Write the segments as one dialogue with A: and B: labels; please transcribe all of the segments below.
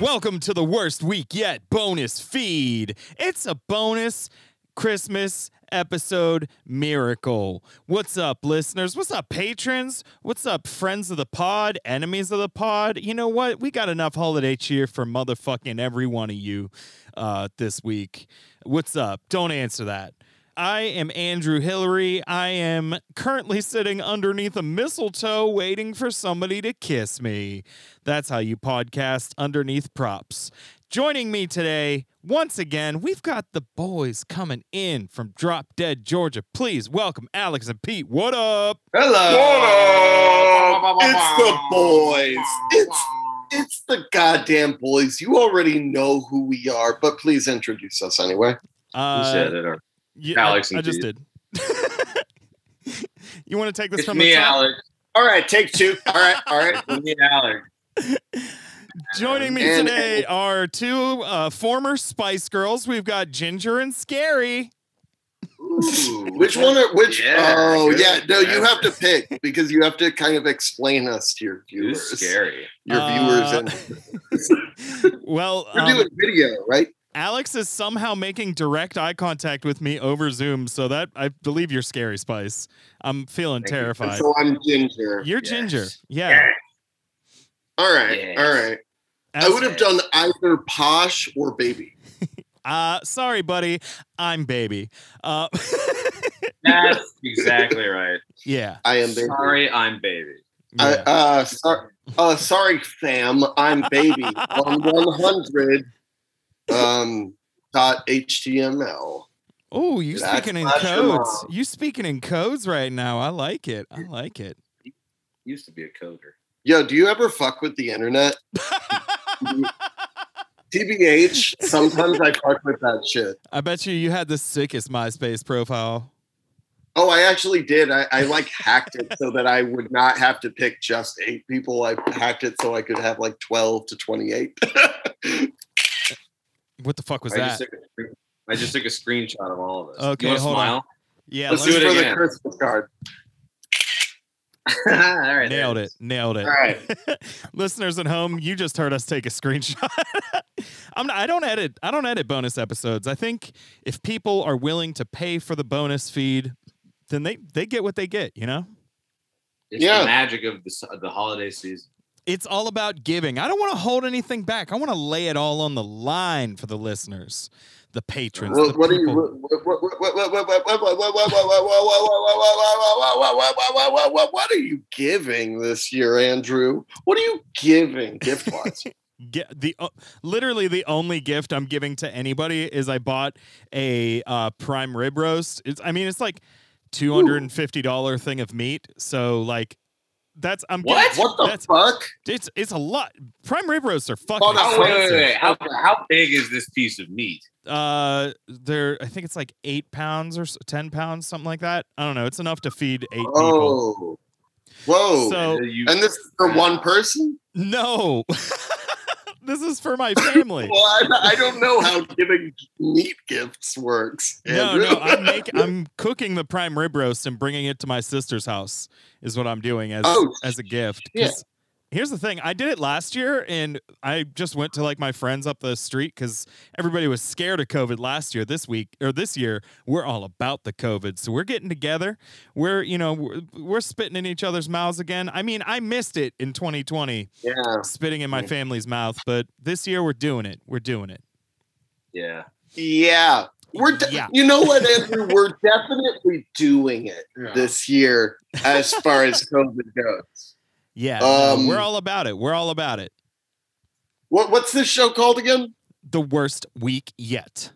A: Welcome to the worst week yet bonus feed. It's a bonus Christmas episode miracle. What's up, listeners? What's up, patrons? What's up, friends of the pod, enemies of the pod? You know what? We got enough holiday cheer for motherfucking every one of you uh, this week. What's up? Don't answer that. I am Andrew Hillary. I am currently sitting underneath a mistletoe waiting for somebody to kiss me. That's how you podcast underneath props. Joining me today, once again, we've got the boys coming in from Drop Dead Georgia. Please welcome Alex and Pete. What up?
B: Hello. It's the boys. It's it's the goddamn boys. You already know who we are, but please introduce us anyway.
A: Uh,
C: You said it. or-
A: yeah,
C: Alex
A: I,
C: and
A: I just
C: Pete.
A: did. you want to take this
C: It's
A: from the
C: me,
A: top?
C: Alex.
B: All right, take two. All right, all right.
C: It's me, Alex.
A: Joining me
B: And-
A: today are two uh, former Spice Girls. We've got Ginger and Scary.
C: Ooh,
B: Which one are which?
C: Yeah,
B: oh
C: good.
B: yeah, no, you
C: That's
B: have to pick because you have to kind of explain us to your
C: It
B: viewers.
C: was scary.
B: Your
A: Uh,
B: viewers and
A: Well,
B: we're
A: um,
B: doing video, right?
A: Alex is somehow making direct eye contact with me over Zoom, so that I believe you're Scary Spice. I'm feeling
C: Thank you.
B: And
A: terrified.
B: so I'm Ginger.
A: You're
C: Yes.
A: Ginger. Yeah.
B: All right,
C: Yes.
B: all right. I
A: As-
B: would have done either posh or baby.
A: uh, sorry, buddy. I'm baby. Uh,
C: That's exactly right.
A: yeah.
B: I am baby.
C: Sorry, I'm baby.
B: I,
A: yeah.
B: uh, sorry, uh, sorry, fam. I'm baby on one hundred um dot html.
A: oh, you
B: that's
A: speaking in
B: not true.
A: codes. You speaking in codes right now. I like it. I like it.
C: Used to be a coder.
B: Yo, do you ever fuck with the internet? TBH. Sometimes I fuck with that shit.
A: I bet you you had the sickest MySpace profile.
B: Oh, I actually did. I, I like hacked it so that I would not have to pick just eight people. I hacked it so I could have like twelve to twenty-eight.
A: What the fuck was
C: I
A: that?
C: just, took a, I just took a screenshot of all of us.
A: Okay,
C: you wanna
A: hold
C: smile?
A: yeah,
C: let's
B: This
A: let's-
B: is
C: do it
B: for the
C: again.
B: Christmas card.
C: all right,
A: nailed
C: there
A: it. Nailed it.
B: All right.
A: Listeners at home, you just heard us take a screenshot. I'm not, I don't edit. I don't edit bonus episodes. I think if people are willing to pay for the bonus feed, then they they get what they get. You know,
C: It's
B: Yeah.
C: the magic of the, s- of the holiday season.
A: it's all about giving. I don't want to hold anything back. I want to lay it all on the line for the listeners, the patrons.
B: What,
A: the
B: what are you?
A: people.
B: What, what, what, what, what, what, what, what, what, what, what, what, what, what are you giving this year, Andrew? What are you giving gift wise?
A: get the o literally the only gift I'm giving to anybody is I bought a uh, prime rib roast. It's I mean it's like two hundred and fifty dollar thing of meat. So like that's I'm giving-
C: What?
B: What the
A: That's-
B: fuck?
A: it's it's a lot. Prime rib roasts are fucking
B: Hold on,
C: Oh, wait, wait,
A: expensive.
C: wait. How, how big is this piece of meat?
A: Uh, they're I think it's like eight pounds or s- ten pounds, something like that. I don't know. It's enough to feed eight people.
B: Oh, whoa!
A: So-
C: Uh, you-
B: And this is for one person?
A: No, this is for my family.
B: Well, I, I don't know how giving meat gifts works.
A: No,
B: Andrew.
A: no, I'm making, I'm cooking the prime rib roast and bringing it to my sister's house is what I'm doing as
B: Oh,
A: as a gift.
B: yeah.
A: 'Cause Here's the thing: I did it last year, and I just went to like my friends up the street because everybody was scared of COVID last year. This week or this year, we're all about the COVID, so we're getting together. We're you know we're, we're spitting in each other's mouths again. I mean, I missed it in 2020,
B: yeah.
A: spitting in my
B: Mm.
A: family's mouth, but this year we're doing it. We're doing it.
C: Yeah.
B: Yeah. We're de-
A: Yeah.
B: you know what, Andrew? We're definitely doing it this year as far as COVID goes.
A: Yeah, no,
B: Um,
A: we're all about it. We're all about it.
B: What what's this show called again?
A: the worst week yet.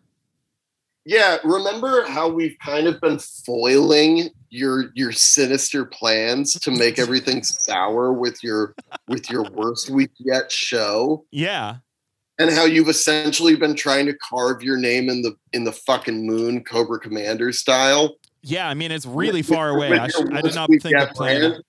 B: Yeah, remember how we've kind of been foiling your your sinister plans to make everything sour with your with your worst week yet show?
A: Yeah.
B: and how you've essentially been trying to carve your name in the in the fucking moon cobra commander style
A: Yeah, I mean it's really
B: With-
A: far away.
B: with
A: I,
B: your
A: should, I did
B: worst
A: not
B: week
A: think of
B: yet
A: playing.
B: plan.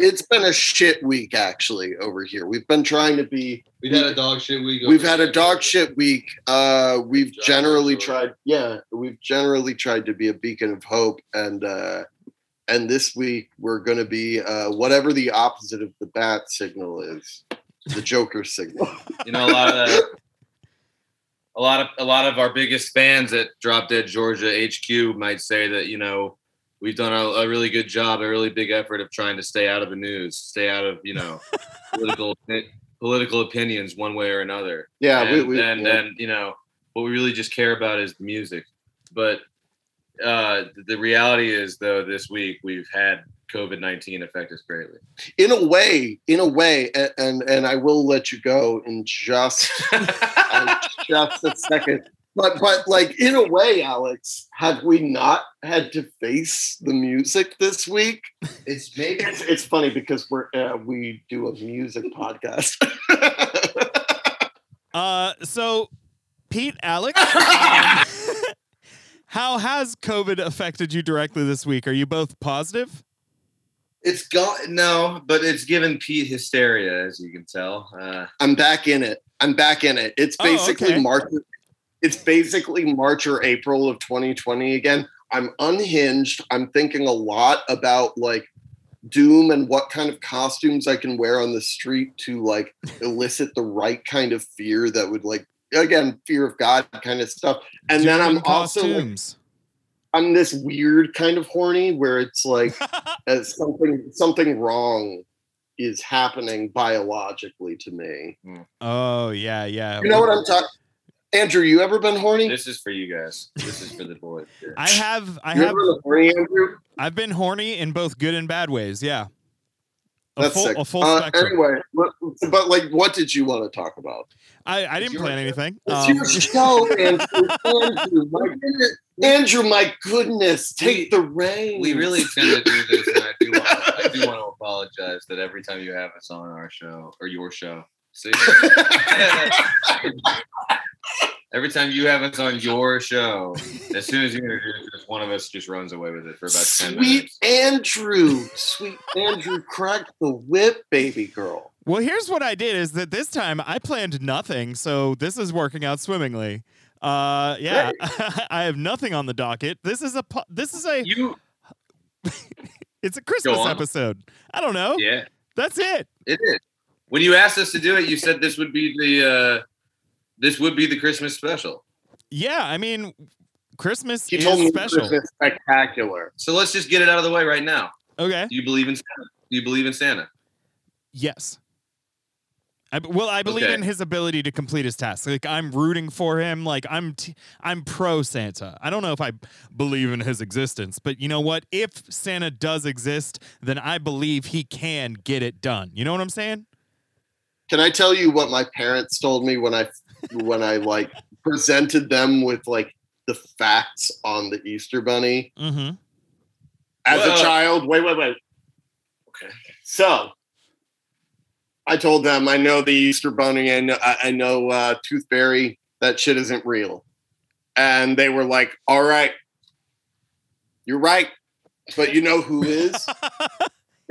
B: it's been a shit week actually over here we've been trying to be
D: We've had a dog shit week.
B: we've had a dog shit week uh we've
D: Job,
B: generally
D: Cobra.
B: tried yeah we've generally tried to be a beacon of hope and uh and this week we're going to be uh whatever the opposite of the bat signal is the Joker signal.
C: You know, a lot of a lot of a lot of our biggest fans at Drop Dead Georgia HQ might say that you know we've done a, a really good job, a really big effort of trying to stay out of the news, stay out of you know political opi- political opinions one way or another.
B: Yeah,
C: and
B: we, we,
C: and,
B: yeah.
C: and, you know what we really just care about is the music. But uh, the reality is, though, this week we've had COVID nineteen affect us greatly.
B: in a way, in a way, and, and and I will let you go in just in just a second. But but like in a way, Alex, have we not had to face the music this week?
C: it's maybe
B: It's, it's funny because we're uh, we do a music podcast.
A: Uh, so, Pete, Alex, um, how has COVID affected you directly this week? Are you both positive?
C: It's gone. No, but it's given Pete hysteria, as you can tell. Uh,
B: I'm back in it. I'm back in it. It's
A: Oh,
B: basically
A: okay.
B: March. It's basically March or April of 2020 again. I'm unhinged. I'm thinking a lot about like doom and what kind of costumes I can wear on the street to like elicit the right kind of fear that would like again fear of God kind of stuff. And then
A: Doing
B: I'm also like,
A: costumes.
B: I'm this weird kind of horny where it's like uh, something something wrong is happening biologically to me.
A: oh yeah, yeah.
B: You know what I'm talking? Andrew, you ever been horny?
C: this is for you guys. This is for the boys.
A: I have, I
B: you
A: have,
B: ever been horny, Andrew?
A: I've been horny in both good and bad ways. Yeah, a
B: That's
A: full,
B: sick.
A: a full
B: Uh,
A: spectrum.
B: anyway, but, but like, what did you want to talk about?
A: I, I didn't
C: your-
A: plan anything.
B: It's
A: Um,
B: your show, Andrew. Andrew, my goodness, Andrew, my goodness, take the reins.
C: We really tend to do this, and I do, want to, I do want to apologize that every time you have us on our show or your show, see, every time you have us on your show, as soon as you introduce us, one of us just runs away with it for about ten
B: Sweet
C: minutes.
B: Andrew, sweet Andrew, crack the whip, baby girl.
A: Well, here's what I did is that this time I planned nothing, so this is working out swimmingly. Uh, yeah, I have nothing on the docket. This is a po- this is a
C: You,
A: it's a Christmas
C: on.
A: episode. I don't know.
C: yeah.
A: That's it.
C: It is. When you asked us to do it, you said this would be the uh, this would be the Christmas special.
A: Yeah, I mean, Christmas
B: He
A: is
B: told me
A: special.
B: this is spectacular.
C: So let's just get it out of the way right now.
A: Okay.
C: Do you believe in Santa? Do you believe in Santa?
A: Yes. I, b- well, I believe
C: Okay.
A: in his ability to complete his task. Like I'm rooting for him. Like I'm, t- I'm pro Santa. I don't know if I believe in his existence, but you know what? If Santa does exist, then I believe he can get it done. You know what I'm saying?
B: Can I tell you what my parents told me when I when I like presented them with like the facts on the Easter Bunny?
A: Mm-hmm.
B: as
C: Well-
B: a child. Wait, wait, wait.
C: Okay.
B: So I told them I know the Easter Bunny and I, I know uh, Tooth Fairy. That shit isn't real. And they were like, "All right, you're right, but you know who is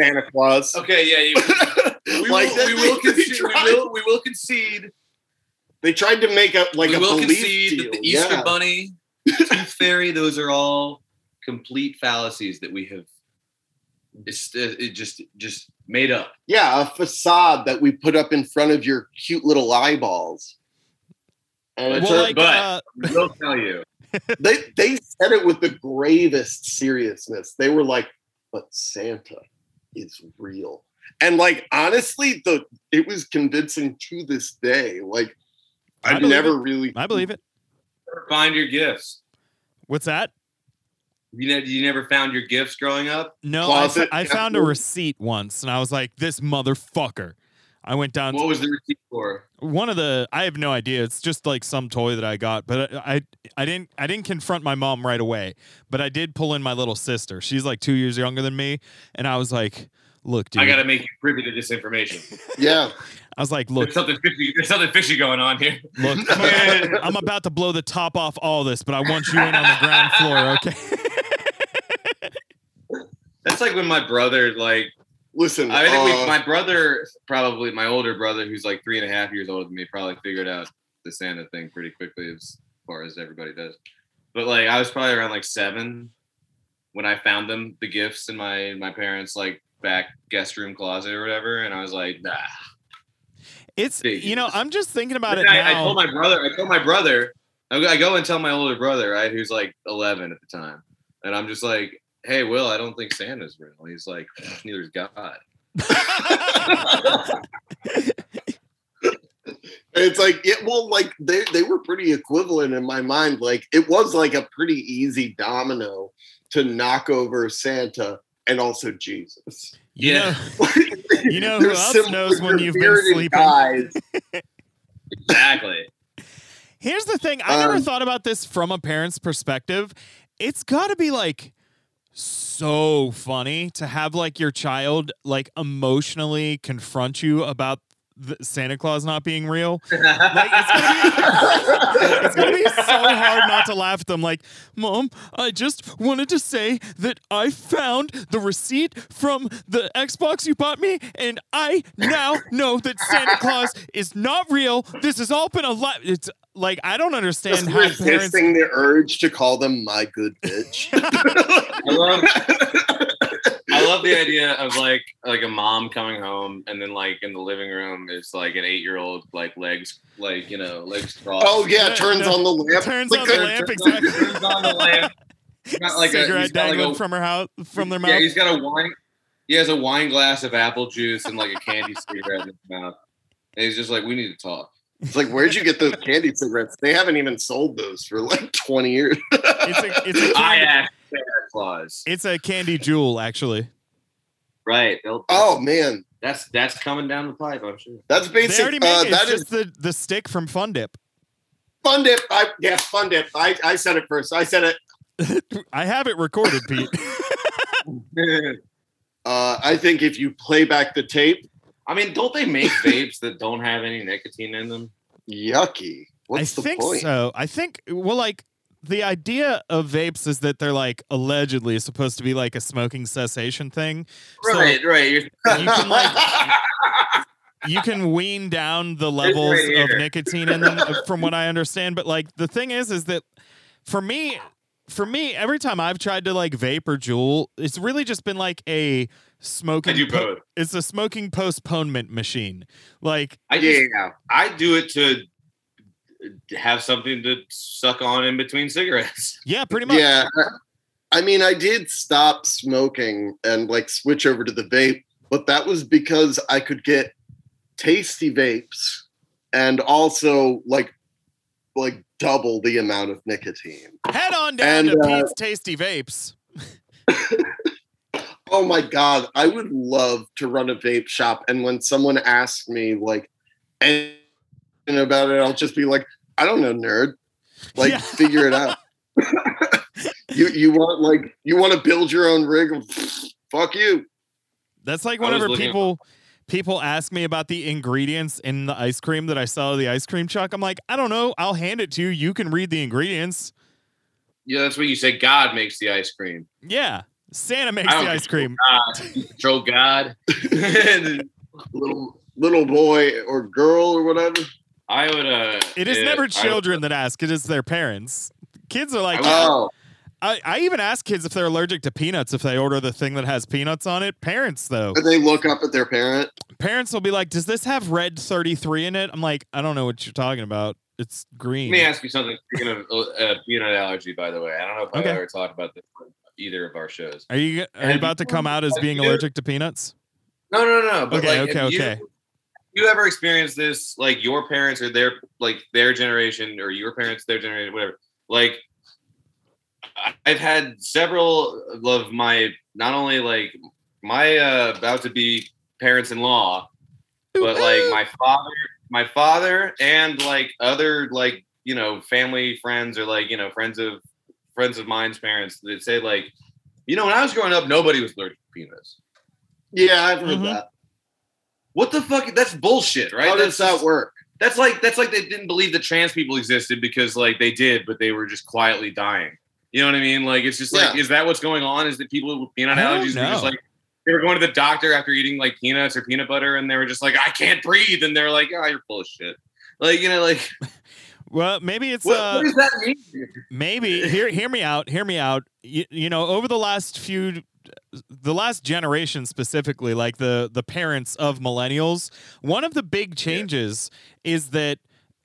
B: Santa Claus."
C: Okay, yeah, you, we,
B: like
C: will, we, will
B: they,
C: concede, we,
B: tried,
C: will, we will concede.
B: they tried to make a like
C: we
B: a
C: will
B: belief
C: concede
B: deal.
C: that the Easter
B: yeah.
C: Bunny, Tooth Fairy, those are all complete fallacies that we have. It's uh, it just just made up.
B: yeah, a facade that we put up in front of your cute little eyeballs. And it
A: Well,
B: turns-
A: like,
C: but-
A: uh,
C: I will tell you.
B: they they said it with the gravest seriousness. They were like, "But Santa is real," and like honestly, the it was convincing to this day. Like
A: I
B: I've
A: believe
B: never really
A: I believe it.
C: Find your gifts.
A: What's that?
C: You ne- you never found your gifts growing up.
A: No, I, f-
B: Closet
A: I found a
B: cabinet.
A: receipt once, and I was like, this motherfucker. I went down.
C: What was the receipt for?
A: one of the i have no idea it's just like some toy that i got but I, I i didn't i didn't confront my mom right away but i did pull in my little sister she's like two years younger than me and i was like look dude
C: I gotta make you privy to this information.
B: yeah.
A: I was like look
C: There's something fishy. There's something fishy going on here.
A: look i'm I'm about to blow the top off all this but i want you in on the ground floor okay
C: That's like when my brother, like,
B: Listen,
C: I think we,
B: uh,
C: my brother, probably my older brother, who's like three and a half years older than me, probably figured out the Santa thing pretty quickly, as far as everybody does. But like, I was probably around like seven when I found them the gifts in my my parents like back guest room closet or whatever, and I was like, nah,
A: It's you know, I'm just thinking about it
C: Then I, I
A: now.
C: told my brother. I told my brother. I go- I go and tell my older brother, right, who's like 11 at the time, and I'm just like, "Hey, Will, I don't think Santa's real." He's like, "Neither's God."
B: It's like it well, like they they were pretty equivalent in my mind. Like it was like a pretty easy domino to knock over Santa and also Jesus.
A: You
C: Yeah.
A: know- You know who
B: They're
A: else
B: similar
A: knows when you've been
B: bearded
A: sleeping?
B: guys.
C: Exactly.
A: Here's the thing. I never
B: Um,
A: thought about this from a parent's perspective. It's got to be like so funny to have like your child like emotionally confront you about the Santa Claus not being real. Like, it's gonna be it's gonna be so hard not to laugh at them. Like, mom, I just wanted to say that I found the receipt from the Xbox you bought me, and I now know that Santa Claus is not real. This has all been a lie. It's like I don't understand
B: Just
A: how parents.
B: resisting the urge to call them my good bitch.
C: I love, I love the idea of like like a mom coming home and then like in the living room is like an eight year old like legs like you know legs crossed.
B: oh yeah, turns
A: No,
B: on the lamp.
A: turns
B: Like,
A: on the
B: uh,
A: lamp,
C: Turns on-
A: exactly.
C: turns on the lamp. He's got like a-
A: cigarette
C: he's got like
A: dangling
C: a-
A: from her house, from their mouth.
C: Yeah, he's got a wine. He has a wine glass of apple juice and like a candy cigarette in his mouth. And he's just like, we need to talk.
B: It's like, where'd you get those candy cigarettes? They haven't even sold those for like 20 years.
A: it's a, it's a
C: I
A: candy,
C: asked Santa Claus.
A: it's a candy jewel, actually.
C: Right. they'll-
B: Oh man,
C: that's that's coming down the pipe. I'm sure.
B: that's
A: They
B: basic.
A: already make
B: Uh,
A: it.
B: that
A: It's
B: is
A: just the, the stick from Fun Dip.
B: fun dip. I, yeah, fun dip. I, I said it first. I said it.
A: I have it recorded, Pete.
B: Uh, I think if you play back the tape,
C: I mean, don't they make vapes that don't have any nicotine in them?
B: yucky. What's
A: I
B: the
A: think
B: point?
A: so. I think well, like the idea of vapes is that they're like allegedly supposed to be like a smoking cessation thing. So-
C: Right, right. You're,
A: You can like you can wean down the levels
C: right
A: of
C: here.
A: nicotine in them, uh, from what I understand. But like the thing is, is that for me, for me, every time I've tried to like vape or jewel, it's really just been like a
C: I
A: smoking.
C: do
A: po-
C: both.
A: it's a smoking postponement machine. Like
C: I just,
B: yeah,
C: I do it to have something to suck on in between cigarettes.
A: yeah, pretty much.
B: yeah. I mean, I did stop smoking and like switch over to the vape, but that was because I could get tasty vapes and also like like double the amount of nicotine.
A: Head on down
B: And,
A: to
B: uh,
A: Pete's Tasty Vapes.
B: Oh my god, I would love to run a vape shop. And when someone asks me like anything about it, I'll just be like, I don't know, nerd. Like
A: Yeah.
B: figure it out. you you want like you want to build your own rig? Fuck you.
A: That's like
C: I was
A: whenever
C: looking at-
A: people people ask me about the ingredients in the ice cream that I sell at the ice cream truck. I'm like, I don't know. I'll hand it to you. You can read the ingredients.
C: Yeah, that's what you say. God makes the ice cream.
A: Yeah. Santa makes
C: I
A: the
C: don't
A: ice cream.
C: God, you control God. And
B: Little little boy or girl or whatever.
C: I would. Uh,
A: It is
C: yeah, I
A: never
C: would-
A: children that ask, it is their parents. Kids are like,
C: I
B: Oh,
A: I, I even ask kids if they're allergic to peanuts if they order the thing that has peanuts on it. Parents, though,
B: and they look up at their parent.
A: parents will be like, Does this have red 33 in it? I'm like, I don't know what you're talking about. It's green.
C: Let me ask you something. Speaking of uh, peanut allergy, by the way, I don't know if
A: Okay.
C: I've ever talked about this on either of our shows.
A: Are you, are
C: Have
A: you
C: you-
A: about to come out as
C: have
A: being
C: you-
A: allergic to peanuts?
C: No, no, no. But
A: Okay,
C: like,
A: okay,
C: if you,
A: okay.
C: if You ever experienced this? Like your parents or their like their generation or your parents, their generation, whatever. Like, I- I've had several of my not only like my uh, about to be parents in law, but like my father, my father, and like other like you know family friends or like you know friends of friends of mine's parents that say like, you know, when I was growing up, nobody was allergic to peanuts.
B: Yeah, I've heard
A: Mhm.
B: that.
C: What the fuck? That's bullshit, right?
B: How
C: that's
B: does that work?
C: That's like that's like they didn't believe that trans people existed because like they did, but they were just quietly dying. You know what I mean? Like it's just like
B: Yeah.
C: is that what's going on? Is that people with peanut
A: I don't
C: allergies were just
A: know.
C: like they were going to the doctor after eating like peanuts or "Ah, peanut butter, and they were just like, I can't breathe, and they're like, Oh, you're full of shit. Like you know, like
A: Well, maybe it's
C: What,
A: uh,
C: what does that mean?
A: maybe hear hear me out hear me out you, you know over the last few the last generation specifically like the the parents of millennials one of the big changes is that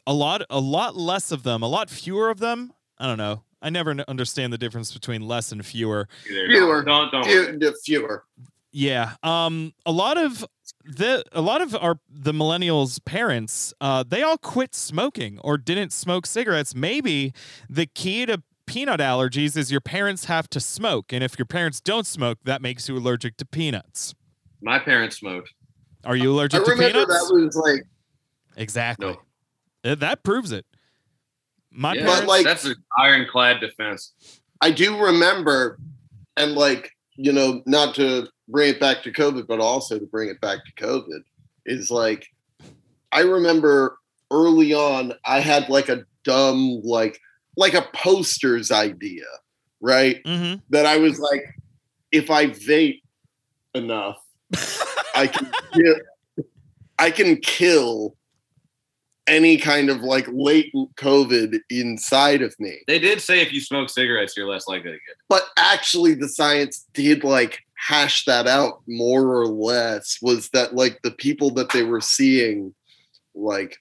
A: a lot a lot less of them a lot fewer of them i don't know i never n- understand the difference between less and fewer
B: Fewer.
C: Don't don't.
B: Few, the fewer.
A: yeah um a lot of the a lot of our the millennials parents uh they all quit smoking or didn't smoke cigarettes maybe the key to peanut allergies is your parents have to smoke and if your parents don't smoke that makes you allergic to peanuts
C: My parents smoked.
A: are you
B: I
A: allergic to
B: remember
A: peanuts
B: that was like,
A: exactly
C: No.
A: Uh, that proves it my
C: Yeah,
A: parents
B: But, like-
C: that's an ironclad defense.
B: I do remember, and like, you know, not to bring it back to COVID, but also to bring it back to COVID, is like, I remember early on, I had like a dumb, like, like a posters idea, right?
A: Mhm.
B: that I was like, if I vape enough, I can kill, I can kill any kind of like latent COVID inside of me.
C: They did say if you smoke cigarettes, you're less likely to get.
B: But actually, the science did like hash that out more or less. Was that like the people that they were seeing, like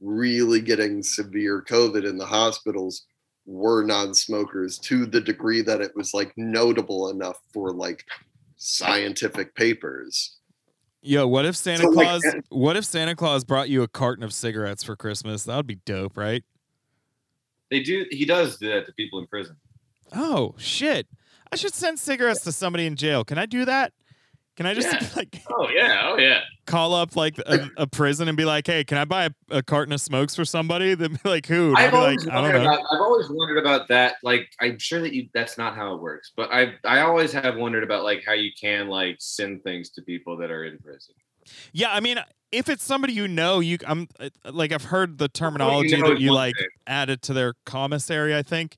B: really getting severe COVID in the hospitals? were non-smokers to the degree that it was like notable enough for like scientific papers.
A: yo what if santa
B: So, like,
A: claus what if santa claus brought you a carton of cigarettes for christmas that would be dope right
C: They do. He does do that to people in prison.
A: Oh shit! I should send cigarettes to somebody in jail. Can I do that? Can I just
C: Yeah.
A: like
C: Oh yeah. Oh yeah.
A: call up like a, a prison and be like, "Hey, can I buy a, a carton of smokes for somebody?" Then be like, "Who?" And I'll
C: I've
A: be
C: always,
A: like, "I
C: wondered
A: don't know."
C: about, I've always wondered about that. Like, I'm sure that you, that's not how it works, but I, I always have wondered about like how you can like send things to people that are in prison.
A: yeah, I mean, if it's somebody you know, you I'm uh, like I've heard the terminology
C: know
A: that
C: is
A: you
C: one
A: like
C: thing.
A: added to their commissary. I think.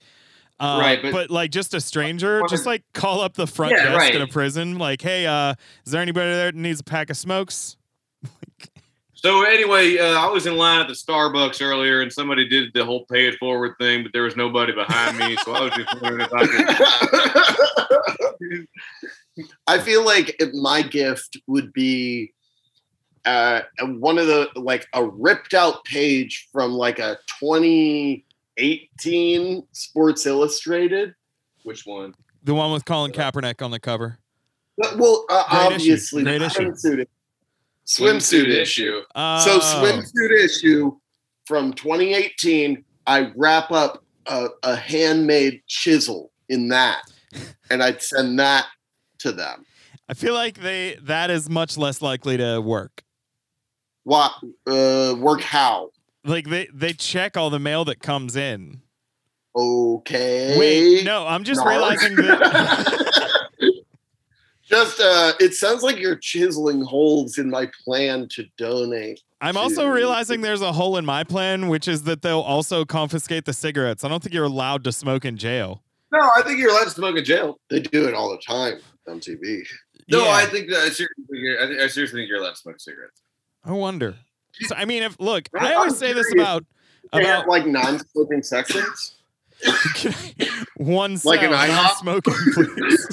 A: Uh,
C: Right, but-
A: like just a stranger,
C: Well,
A: just
C: but-
A: like call up the front
C: Yeah,
A: desk
C: right.
A: in a prison, like, hey, uh, is there anybody there that needs a pack of smokes?
C: So anyway, uh, I was in line at the Starbucks earlier, and somebody did the whole pay it forward thing, but there was nobody behind me, so I was just wondering if I could.
B: I feel like if my gift would be uh, one of the like a ripped out page from like a 2018 Sports Illustrated.
C: Which one?
A: The one with Colin Kaepernick on the cover.
B: But, well, uh,
A: Great issue.
B: obviously,
A: Great
B: the
A: issue.
B: swimsuit, swimsuit issue. So
A: Oh.
B: swimsuit issue from 2018. I wrap up a, a handmade chisel in that, and I'd send that to them.
A: I feel like they that is much less likely to work.
B: What uh, work? How?
A: Like they they check all the mail that comes in.
B: Okay.
A: Wait, no, I'm just
B: Nar.
A: realizing that
B: Just uh, it sounds like you're chiseling holes in my plan to donate.
A: I'm also
B: Dude.
A: realizing there's a hole in my plan, which is that they'll also confiscate the cigarettes. I don't think you're allowed to smoke in jail.
C: No, I think you're allowed to smoke in jail.
B: They do it all the time on TV.
C: No,
A: Yeah,
C: I think that I seriously, think you're- I, think- I seriously think you're allowed to smoke cigarettes.
A: I wonder. So, I mean, if look,
B: I'm-
A: I always
B: I'm
A: say this
B: curious.
A: about
B: They have
A: about
B: like non-smoking sections.
A: one
B: Like an
A: cell
B: IHOP?
A: non-smoking, please.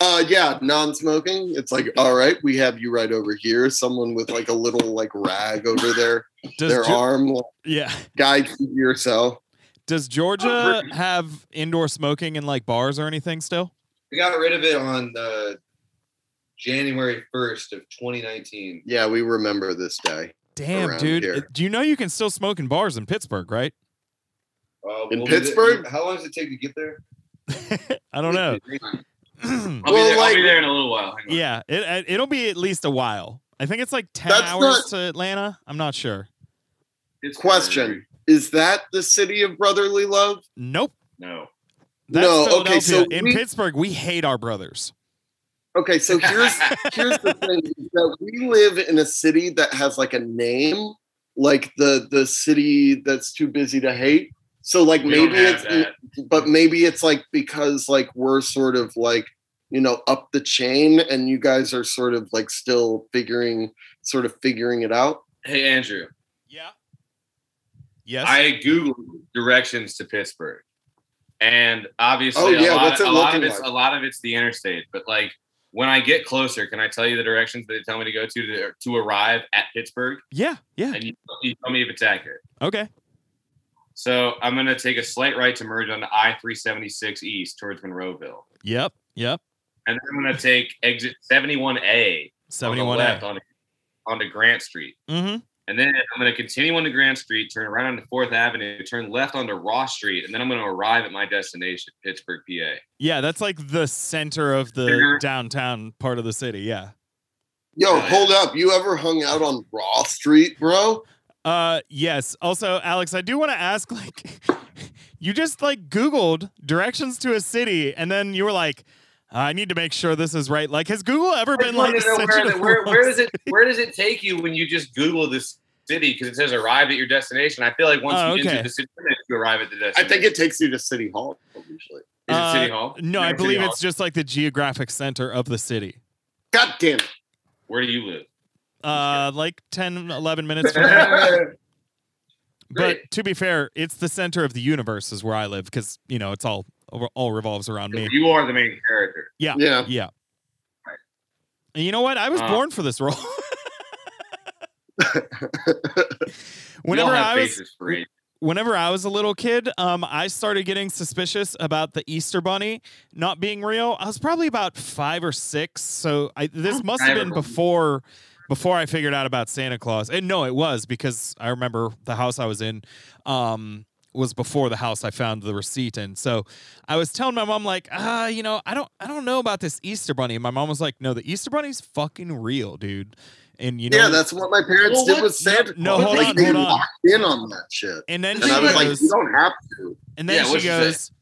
B: Uh, yeah, non-smoking. It's like, all right, we have you right over here. Someone with like a little like rag over their
A: Does
B: their
A: Ge-
B: arm, like,
A: yeah.
B: guide you to your cell.
A: Does Georgia have indoor smoking in like bars or anything still?
C: We got rid of it on uh, January 1st of 2019.
B: Yeah, we remember this day
A: Damn,
B: around
A: dude.
B: here.
A: Uh, Do you know you can still smoke in bars in Pittsburgh, right?
C: Uh,
B: In
C: we'll be
B: Pittsburgh?
C: there- how long does it take to get there?
A: I don't know.
C: I'll,
B: Well,
C: be, there, I'll
B: like-
C: be there in a little while. Hang on.
A: yeah, it- it it'll be at least a while. I think it's like 10
B: That's
A: hours
B: not-
A: to Atlanta. I'm not sure.
C: Pittsburgh.
B: Question. Is that the city of brotherly love?
A: Nope.
C: No.
A: That's
B: No, okay,
A: Philadelphia.
B: so
A: in
B: we-
A: Pittsburgh, we hate our brothers.
B: Okay, so here's here's the thing is that we live in a city that has like a name, like the the city that's too busy to hate. So like
C: We don't
B: maybe
C: have
B: it's
C: that.
B: but maybe it's like because like we're sort of like you know up the chain and you guys are sort of like still figuring sort of figuring it out
C: Hey, Andrew.
A: Yeah. Yes.
C: I googled directions to Pittsburgh, and obviously,
B: Oh,
C: a,
B: yeah,
C: lot,
B: what's it
C: a lot of
B: looking
C: it's
B: like?
C: a lot of it's the interstate. But like when I get closer, can I tell you the directions that they tell me to go to to, to arrive at Pittsburgh?
A: yeah. Yeah.
C: And you, you tell me if it's accurate.
A: Okay.
C: So I'm gonna take a slight right to merge onto I-376 east towards Monroeville,
A: Yep. Yep.
C: and then I'm gonna take exit 71A on the
A: 71
C: left
A: A.
C: on onto Grant Street.
A: Mm-hmm.
C: And then I'm going to continue onto Grand Street, turn around onto Fourth Avenue, turn left onto Ross Street, and then I'm going to arrive at my destination, Pittsburgh, PA.
A: Yeah, that's like the center of the
C: Bigger.
A: downtown part of the city. Yeah.
B: Yo,
C: Oh, yeah.
B: hold up. You ever hung out on Raw Street, bro?
A: Uh yes. Also, Alex, I do want to ask like you just like googled directions to a city and then you were like I need to make sure this is right. Like has Google ever been like sent you
C: where,
A: to
C: the-
A: the
C: where,
A: wrong
C: where does it where does it take you when you just Google this city because it says arrive at your destination? I feel like once
A: Oh,
C: you
A: okay.
C: enter the city, limits, you arrive at the
B: I
C: destination.
B: think it takes you to City Hall, usually.
C: is
A: Uh,
C: it City Hall.
A: No, I
C: City
A: believe
C: Hall?
A: it's just like the geographic center of the city.
B: God damn it.
C: Where do you live?
A: Uh like 10 11 minutes from now.
C: Great.
A: But to be fair, it's the center of the universe is where I live cuz you know, it's all all revolves around me.
C: you are the main character.
B: Yeah.
A: Yeah. And you know what? I was
C: Uh,
A: born for this role.
C: We all
A: whenever
C: have
A: I was
C: faces for it.
A: whenever I was a little kid, um, I started getting suspicious about the Easter Bunny not being real. I was probably about five or six, so I, this must have
C: I
A: been
C: remember.
A: before before I figured out about Santa Claus. And no, it was because I remember the house I was in. Um, was before the house I found the receipt in. So I was telling my mom like, ah, you know, I don't I don't know about this Easter bunny. And my mom was like, no, the Easter bunny's fucking real, dude. And you know
B: yeah, that's what my parents
C: Well,
B: did
C: what-
B: with Santa
A: no,
B: Claus.
A: hold
B: like,
A: on,
B: they
A: hold on.
B: locked in on that shit.
A: and then
B: And
A: she
B: I was like,
A: goes-
B: you don't have to.
A: And then
C: Yeah, what'd
A: she
C: she say?
A: goes,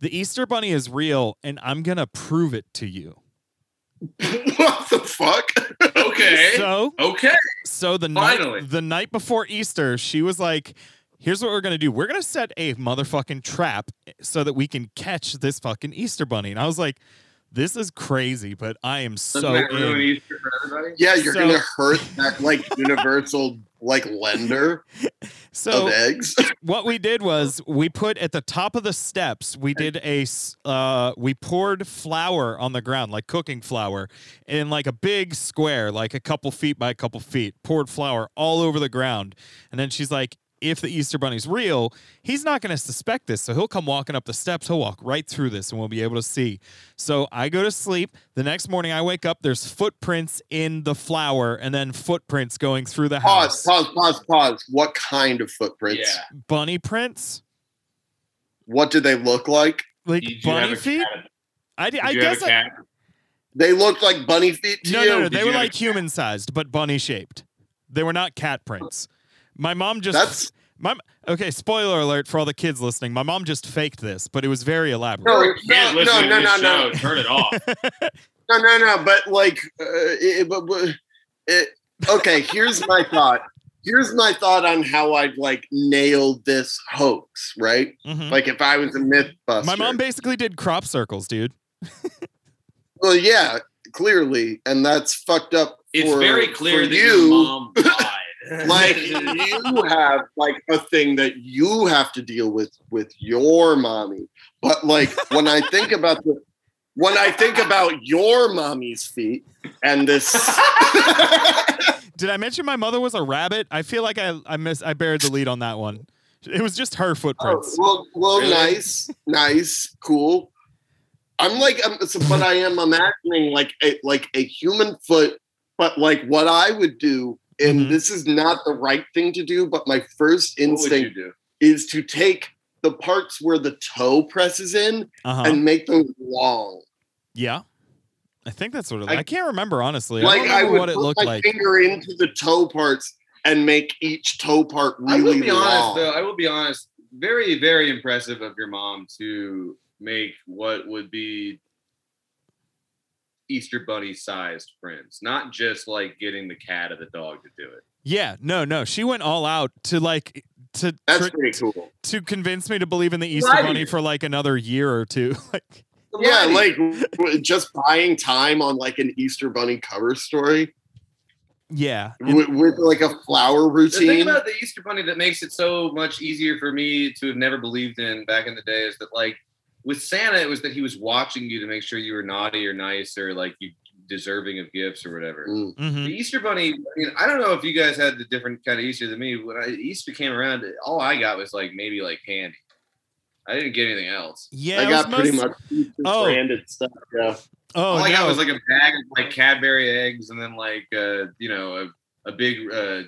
A: The Easter Bunny is real, and I'm going to prove it to you.
B: what the fuck?
C: Okay.
A: So,
C: okay.
A: so the
C: Finally.
A: night the night before Easter, she was like, Here's what we're going to do. We're going to set a motherfucking trap so that we can catch this fucking Easter Bunny. And I was like, This is crazy, but I am
C: Doesn't
A: so.
C: that ruin
A: In.
C: Easter for everybody?
B: Yeah, you're
A: So-
B: gonna hurt that like universal like lender
A: So,
B: of eggs.
A: what we did was we put at the top of the steps we did a s- uh, we poured flour on the ground like cooking flour in like a big square like a couple feet by a couple feet poured flour all over the ground and then she's like if the easter bunny's real he's not going to suspect this so he'll come walking up the steps he'll walk right through this and we'll be able to see so i go to sleep the next morning i wake up there's footprints in the flour and then footprints going through the
B: Pause,
A: house
B: pause, pause, pause. What kind of footprints?
C: Yeah.
A: bunny prints
B: What do they look like?
A: like
C: Did you have
A: bunny
C: a
A: feet
C: cat?
A: I, d-
C: Did
A: I
C: you have
A: guess
C: a
A: I-
C: cat?
B: They look like bunny feet to
A: no,
B: you.
A: no, no.
C: Did
A: They
C: you
A: were
C: have a
A: like human sized, but bunny shaped. They were not cat prints. My mom just
B: That's
A: okay. Spoiler alert for all the kids listening. My mom just faked this, but it was very elaborate.
B: no,
C: Or
B: no,
C: can't
B: no,
C: listen to
B: no, no,
C: this
B: no,
C: show, Turn it off.
B: no, no, no. But like, uh, it, but, but it, okay. Here's my thought. Here's my thought on how I'd like nail this hoax. Right?
A: Mhm.
B: Like if I was a MythBuster.
A: My mom basically did crop circles, dude.
B: Well, yeah, clearly, and that's fucked up.
C: It's
B: for-
C: very
B: for
C: clear that
B: you.
C: your mom lied.
B: like you have like a thing that you have to deal with with your mommy but like when i think about the when i think about your mommy's feet and this
A: Did I mention my mother was a rabbit? I feel like I I miss I buried the lead on that one. It was just her
B: oh,
A: footprints.
B: well well
C: Really?
B: nice nice cool i'm like I'm, so, but i am imagining like a like a human foot but like what i would do and
A: Mhm.
B: this is not the right thing to do but my first
C: what would
B: instinct
C: you do?
B: is to take the parts where the toe presses in
C: Oh,
A: Uh huh.
B: and make them long.
A: yeah. I think that's what it.
B: I-
A: I, can't remember honestly.
B: like
A: I don't
B: I
A: remember
B: would
A: what it
B: put
A: looked
B: my
A: like.
B: finger into the toe parts and make each toe part
C: I will
B: really
C: be honest,
B: long.
C: though. I will be honest. Very, very impressive of your mom to make what would be Easter Bunny sized prints, not just like getting the cat or the dog to do it.
A: Yeah. No. No. She went all out to like to
B: That's
A: trick-
B: pretty cool.
A: to convince me to believe in the Easter
C: Right.
A: Bunny for like another year or two. like,
B: Yeah,
C: Right.
B: like w- just buying time on like an Easter Bunny cover story.
A: Yeah.
B: with, with like a flower
C: The thing
B: routine.
C: about the Easter Bunny that makes it so much easier for me to have never believed in back in the day is that, like, with Santa, it was that he was watching you to make sure you were naughty or nice or like you deserving of gifts or whatever.
B: Mm.
A: Mhm.
C: The Easter Bunny, I mean, I don't know if you guys had the different kind of Easter than me. When I, Easter came around, all I got was like maybe like candy. I didn't get anything else.
A: Yeah.
B: I
A: it was
B: got pretty
A: most-
B: much
A: Oh.
B: branded stuff. Yeah.
A: Oh,
C: all I
A: no.
C: got was like a bag of like Cadbury eggs and then like uh, you know a, a big uh,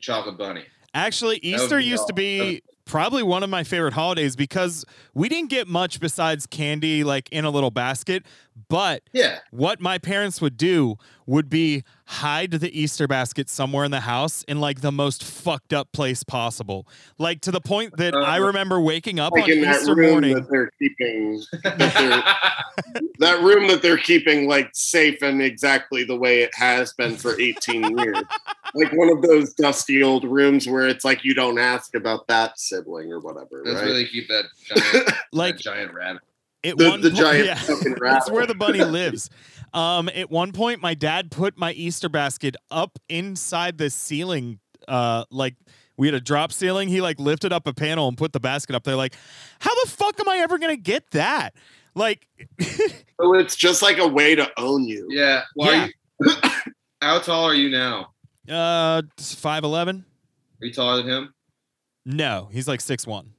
C: chocolate bunny.
A: Actually,
C: would
A: Easter
C: be
A: used to
C: awesome.
A: be probably one of my favorite holidays because we didn't get much besides candy, like in a little basket. But
C: Yeah,
A: what my parents would do would be hide the Easter basket somewhere in the house in like the most fucked up place possible. Like to the point that I
C: Uh,
A: remember waking up
B: Like
A: Oh, on
B: in that
A: Easter
B: room
A: morning.
B: that they're keeping that room that they're keeping like safe and exactly the way it has been for 18 years. Like one of those dusty old rooms where it's like you don't ask about that sibling or whatever,
C: that's
B: right?
C: where they keep that giant,
A: Like
C: that giant rabbit.
A: at
B: the,
A: one
B: the
A: po-
B: giant
A: yeah.
B: fucking
A: That's
B: rat.
A: where the bunny lives. Um, at one point, my dad put my Easter basket up inside the ceiling. Uh, like we had a drop ceiling. He like lifted up a panel and put the basket up there. Like, how the fuck am I ever gonna get that? Like,
B: So it's just like a way to own you.
C: Yeah. Why? are you- how tall are you now?
A: uh, five eleven?
C: Are you taller than him?
A: No, he's like six one.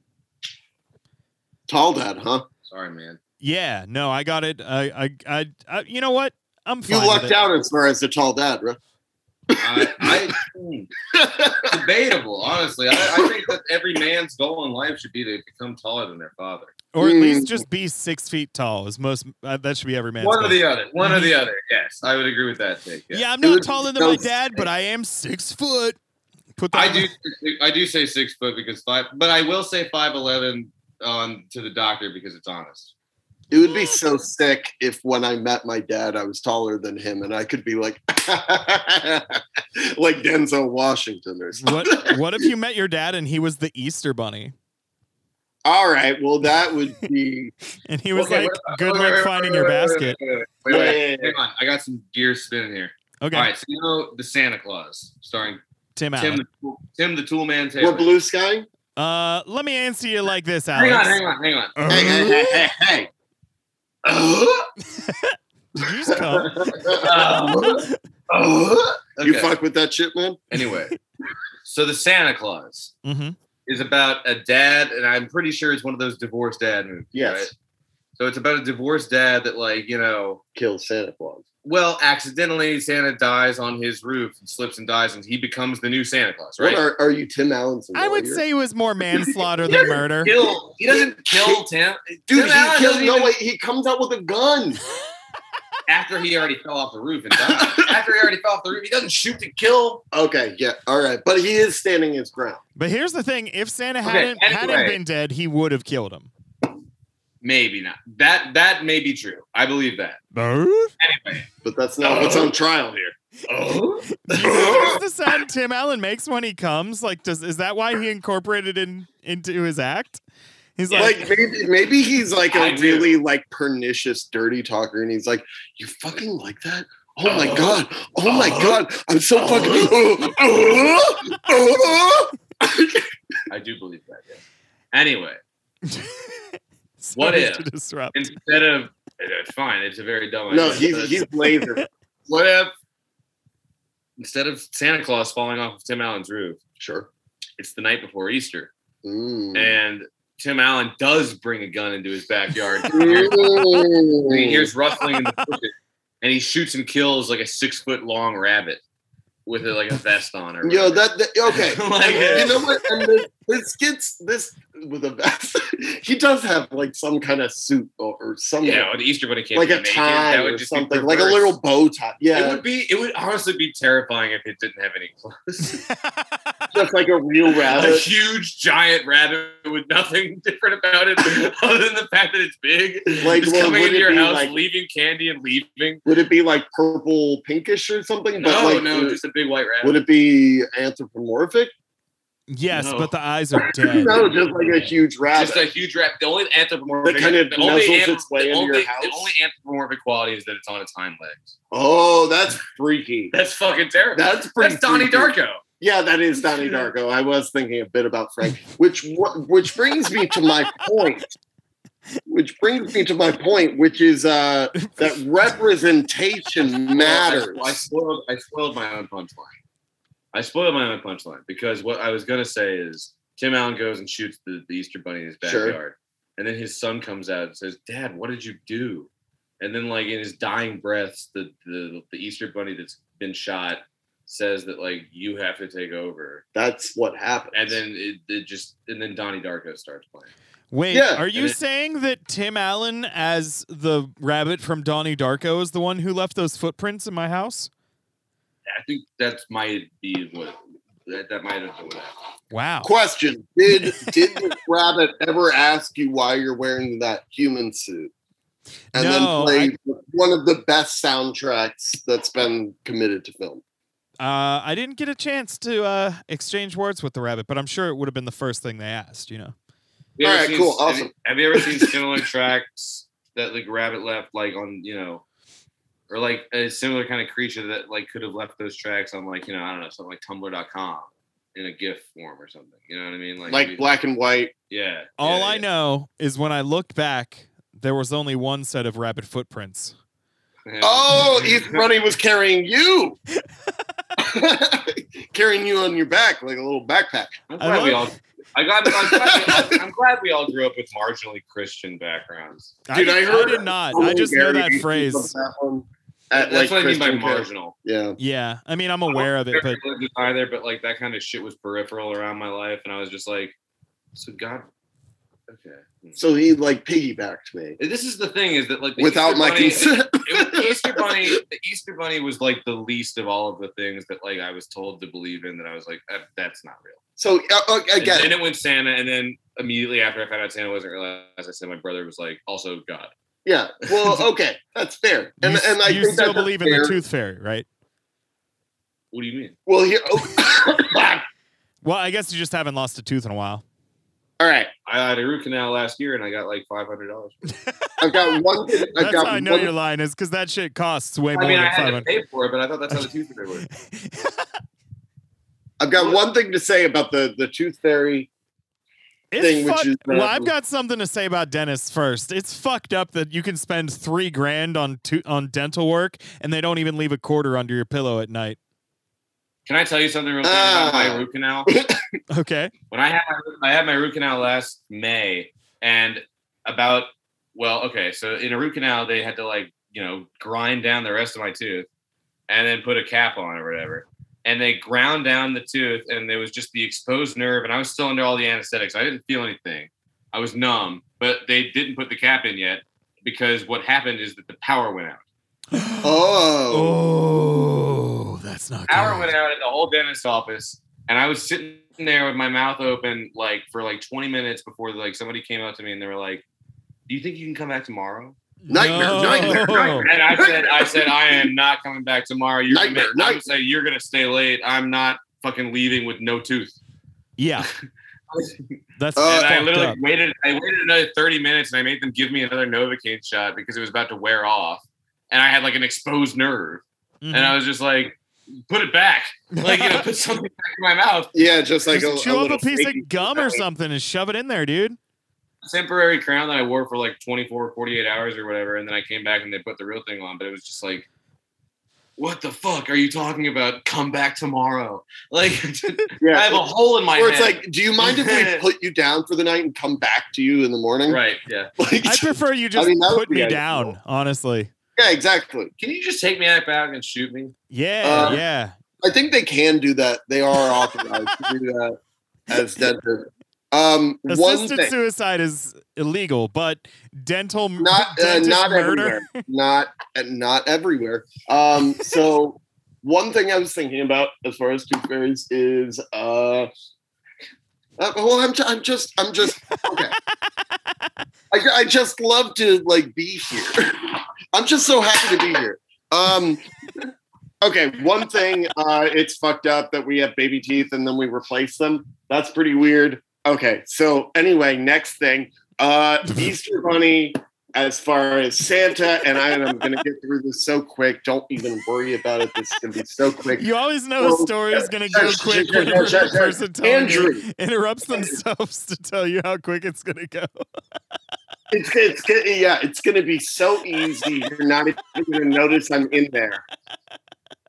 B: Tall dad, huh?
C: Sorry, man.
A: Yeah, no, I got it. I, I, I, I you know what? I'm
B: You
A: fine. with
B: lucked
A: it.
B: out as far as the tall dad, right?
C: I, I hmm, debatable, honestly. I, I think that every man's goal in life should be to become taller than their father.
A: or at
B: Mm.
A: least just be six feet tall. Is most uh, that should be every man's
C: One or
A: goal.
C: the other. One or the other. Yes, I would agree with that take.
A: Yeah,
C: Yeah.
A: I'm
B: It
A: not
B: would
A: taller
B: be
A: than my
B: so
A: dad, but I am six foot. Put that
C: I
A: on
C: do.
A: my-
C: I do say six foot because five, but I will say five eleven on to the doctor because it's honest.
B: It would be so sick if when I met my dad, I was taller than him and I could be like, like Denzel Washington or something.
A: What What if you met your dad and he was the Easter Bunny,
B: All right. Well, that would be.
A: and he was
C: Okay,
A: like,
C: wait, wait,
A: "Good
C: wait,
A: luck
C: wait,
A: finding
C: wait,
A: your
C: wait, wait,
A: basket."
C: Wait, wait, wait, wait,
B: Yeah, yeah,
C: wait.
B: yeah.
C: Hang on, I got some gears spinning here.
A: Okay,
C: All right, so you know the Santa Claus starring
A: Tim
C: Tim,
A: Allen.
C: the Tool- Tim the Toolman Taylor.
B: We're blue sky.
A: Uh, let me answer you like this, Alex.
C: hang on, hang on, hang on. Uh-huh.
A: Uh,
B: Hey, hey, hey, hey, hey. Uh,
A: did you just come?
C: Uh,
B: uh,
C: Uh-huh. okay.
B: You fuck with that shit, man?
C: Anyway, so the Santa Claus
A: hmm
C: is about a dad, and I'm pretty sure it's one of those divorced dad movies.
B: Yes.
C: right? So it's about a divorced dad that, like, you know,
B: Kill Santa Claus.
C: well, accidentally Santa dies on his roof and slips and dies, and he becomes the new Santa Claus, right?
B: What are, are you, Tim Allen's?
A: I would
B: lawyer?
A: say it was more manslaughter than murder.
C: Kill. He doesn't kill Tim.
B: Dude,
C: Tim
B: he
C: Allen
B: kills.
C: doesn't
B: No,
C: even-
B: wait. He comes out with a gun.
C: after he already fell off the roof and died. after he already fell off the roof, he doesn't shoot to kill.
B: Okay. Yeah. All right. But he is standing his ground.
A: But here's the thing: if Santa
C: Okay,
A: hadn't hadn't
C: anyway.
A: been dead, he would have killed him.
C: Maybe not. That that may be true. I believe that. Anyway.
B: But that's not what's on trial here.
C: Oh.
A: Do you think that's the sound Tim Allen makes when he comes? Like, does is that why he incorporated in into his act? He's like,
B: Like maybe maybe he's like a
C: I do.
B: really like pernicious dirty talker, and he's like, "You fucking like that? Oh my god! Oh my god! I'm so
C: Oh.
B: Oh. fucking."
C: I do believe that, yeah. Anyway,
A: Sorry
C: if?
A: to disrupt.
C: instead of it's fine, it's a very dumb idea.
B: no, he's
C: but
B: he's laser.
C: what if instead of Santa Claus falling off of Tim Allen's roof,
B: Sure.
C: it's the night before Easter.
B: Mm.
C: And Tim Allen does bring a gun into his backyard. And he
B: Mm.
C: hears rustling in the bushes, and he shoots and kills like a six foot long rabbit with like a vest on. Or
B: Yo, that, that- okay.
C: Like
B: And you
C: it.
B: know what? And this, this gets this with a vest. he does have like some kind of suit or, or some
C: yeah, the Easter Bunny can't
B: um, like
C: be
B: a
C: naked.
B: tie
C: That would
B: or
C: just
B: something,
C: be
B: like a
C: perverse.
B: little bow tie. Yeah,
C: It would be. It would honestly be terrifying if it didn't have any clothes.
B: just like a real
C: a
B: rabbit.
C: huge giant rabbit with nothing different about it other than the fact that it's big.
B: Like,
C: just
B: well,
C: coming
B: would
C: into
B: it
C: your
B: be
C: house,
B: like-
C: leaving candy and leaving.
B: Would it be like purple pinkish or something?
C: No,
B: like,
C: no,
B: would,
C: just a big white rabbit.
B: would it be anthropomorphic?
A: Yes,
C: No.
A: but the eyes are dead.
B: no, just like a huge rabbit.
C: Just a huge rat. The only anthropomorphic.
B: That kind of
C: the only,
B: nuzzles
C: anthrop-
B: its way
C: the,
B: into your
C: only
B: house?
C: the only anthropomorphic quality is that it's on its hind legs.
B: oh, that's freaky.
C: That's fucking terrible.
B: That's pretty.
C: That's Donnie
B: freaky.
C: Darko.
B: Yeah, that is Donnie Darko. I was thinking a bit about Frank, which which brings me to my point. Which brings me to my point, which is uh, that representation matters.
C: I, I spoiled. I spoiled my own punchline. I spoiled my own punchline because what I was gonna say is Tim Allen goes and shoots the, the Easter Bunny in his
B: Sure.
C: backyard, and then his son comes out and says, "Dad, what did you do?" And then, like in his dying breaths, the the, the Easter Bunny that's been shot says that like you have to take over
B: That's what happens.
C: and then it, it just and then Donnie Darko starts playing.
A: Wait,
B: Yeah.
A: are you
C: And it-
A: saying that Tim Allen as the rabbit from Donnie Darko is the one who left those footprints in my house?
C: I think that's might be what that, that might have been what happened.
A: Wow.
B: question: Did did the rabbit ever ask you why you're wearing that human suit? And
A: No,
B: then play one of the best soundtracks that's been committed to film.
A: Uh, I didn't get a chance to uh, exchange words with the rabbit, but I'm sure it would have been the first thing they asked, you know.
C: You ever
B: All right,
C: seen-
B: cool,
C: have you-
B: awesome.
C: Have you, ever seen similar tracks that like Rabbit left, like on you know, or like a similar kind of creature that like could have left those tracks on like you know I don't know something like Tumblr.com in a GIF form or something. You know what I mean? Like,
B: Like
C: you-
B: black and white.
C: Yeah.
A: All
C: yeah,
A: I
C: yeah.
A: know is when I looked back, there was only one set of rabbit footprints.
C: Yeah.
B: Oh, East Bunny was carrying you. carrying you on your back like a little backpack.
C: I'm
A: I
C: glad we all.
A: love-
C: I got, I'm, glad we, I'm glad we all grew up with marginally Christian backgrounds.
B: Dude, I
A: did,
B: heard
A: did not. I just know that
B: Gary
A: phrase.
B: of that one at,
C: That's
B: like,
C: what I mean by
B: Christian Care.
C: marginal.
B: Yeah.
A: Yeah, I mean, I'm aware of it, but
C: Very religious either, but like that kind of shit was peripheral around my life, and I was just like, so God, okay.
B: So he like piggybacked me
C: This is the thing is that like the
B: without
C: Easter
B: my
C: Bunny-
B: consent.
C: it was Easter Bunny, the Easter Bunny was like the least of all of the things that like I was told to believe in. That I was like, "Uh, that's not real.
B: So uh, uh,
C: And
B: again,
C: then it went Santa, and then immediately after I found out Santa wasn't real, as I said, my brother was like, also God.
B: yeah. Well, okay, that's fair. And
A: you,
B: and I
A: you
B: think
A: still
B: that's
A: believe in
B: fair.
A: the tooth fairy, right?
C: What do you mean?
B: Well, here. Oh.
A: Well, I guess you just haven't lost a tooth in a while.
B: All right,
C: I had a root canal last year, and I got like five hundred dollars.
B: I've got one. Thing, I've
A: That's
B: got
A: how I know
B: one-
A: you're lying, is because that shit costs way more
C: I mean, I
A: than
C: had to
A: 500.
C: pay for it, but I thought that's how the tooth fairy worked.
B: I've got one thing to say about the the tooth fairy.
A: It's
B: thing, which
A: fuck-
B: is,
A: well,
B: um,
A: I've got something to say about dentists first. It's fucked up that you can spend three grand on to- on dental work and they don't even leave a quarter under your pillow at night.
C: Can I tell you something real quick about
B: Ah.
C: my root canal?
A: Okay,
C: when I had my, I had my root canal last May, and about well, okay, so in a root canal they had to like you know grind down the rest of my tooth, and then put a cap on or whatever, and they ground down the tooth, and there was just the exposed nerve, and I was still under all the anesthetics. I didn't feel anything. I was numb, but they didn't put the cap in yet because what happened is that the power went out.
B: Oh,
A: Oh, that's not
C: Power
A: good.
C: went out at the whole dentist's office, and I was sitting there with my mouth open, like for like 20 minutes before like somebody came up to me and they were like, "Do you think you can come back tomorrow?"
B: Nightmare, nightmare, nightmare.
C: And I said, "I said I am not coming back tomorrow. You're
B: Nightmare,
C: gonna, I
B: nightmare.
C: said, you're gonna stay late. I'm not fucking leaving with no tooth."
A: Yeah, that's
B: Uh,
C: and I
A: fucked
C: literally
A: up.
C: waited. I waited another 30 minutes, and I made them give me another Novocaine shot because it was about to wear off, and I had like an exposed nerve,
A: Mhm.
C: and I was just like, "Put it back." Mm-hmm. Like you know, put something back in my mouth.
B: yeah, just like
A: Just
B: a,
A: chew
B: a
A: up
B: little
A: a piece
B: flaky
A: of gum or
B: tooth
A: something and shove it in there, dude.
C: temporary crown that I wore for like 24, 48 hours or whatever. And then I came back and they put the real thing on. But it was just like, what the fuck are you talking about? Come back tomorrow. Like,
B: fairy.
C: I
B: Yeah.
C: have a hole in my
B: or
C: head.
B: it's like, do you mind if we put you down for the night and come back to you in the morning?
C: right. Yeah.
B: Like,
A: I prefer you just
B: mean, that would
A: put
B: be
A: me
B: ideal.
A: down, honestly.
B: yeah, exactly.
C: Can you just take me out back and shoot me?
A: Yeah,
B: Uh,
A: yeah.
B: I think they can do that. They are authorized to do that as dentists. Um, one
A: Assisted
B: thing,
A: suicide is illegal, but dental
B: not uh,
A: dentist
B: not
A: murder.
B: everywhere, not uh, not everywhere. Um, so one thing I was thinking about as far as tooth fairies is, uh, uh, well, I'm, ju- I'm just, I'm just, okay. I, I just love to like be here. I'm just so happy to be here. Um, okay, one thing uh, it's fucked up that we have baby teeth and then we replace them. That's pretty weird. Okay, so anyway, next thing, uh, Easter Bunny. As far as Santa and I, and I'm going to get through this so quick. Don't even worry about it. This is going to be so quick.
A: You always know a
B: Oh,
A: story is going to
B: yeah,
A: go
B: yeah,
A: quick
B: yeah,
A: when
B: yeah, yeah,
A: the
B: yeah.
A: person telling you
B: Andrew.
A: interrupts themselves to tell you how quick it's going to go.
B: It's, it's go- yeah, it's going to be so easy. You're not even going to notice I'm in there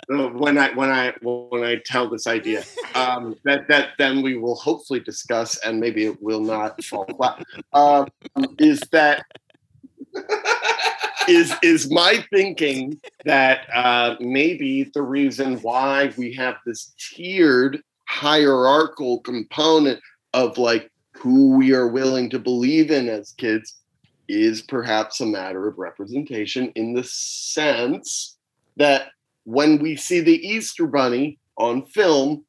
B: Uh, when I when I when I tell this idea. Um, that that then we will hopefully discuss, and maybe it will not fall flat. Um, is that is is my thinking that uh, maybe the reason why we have this tiered hierarchical component of like who we are willing to believe in as kids is perhaps a matter of representation in the sense that when we see the Easter Bunny on film,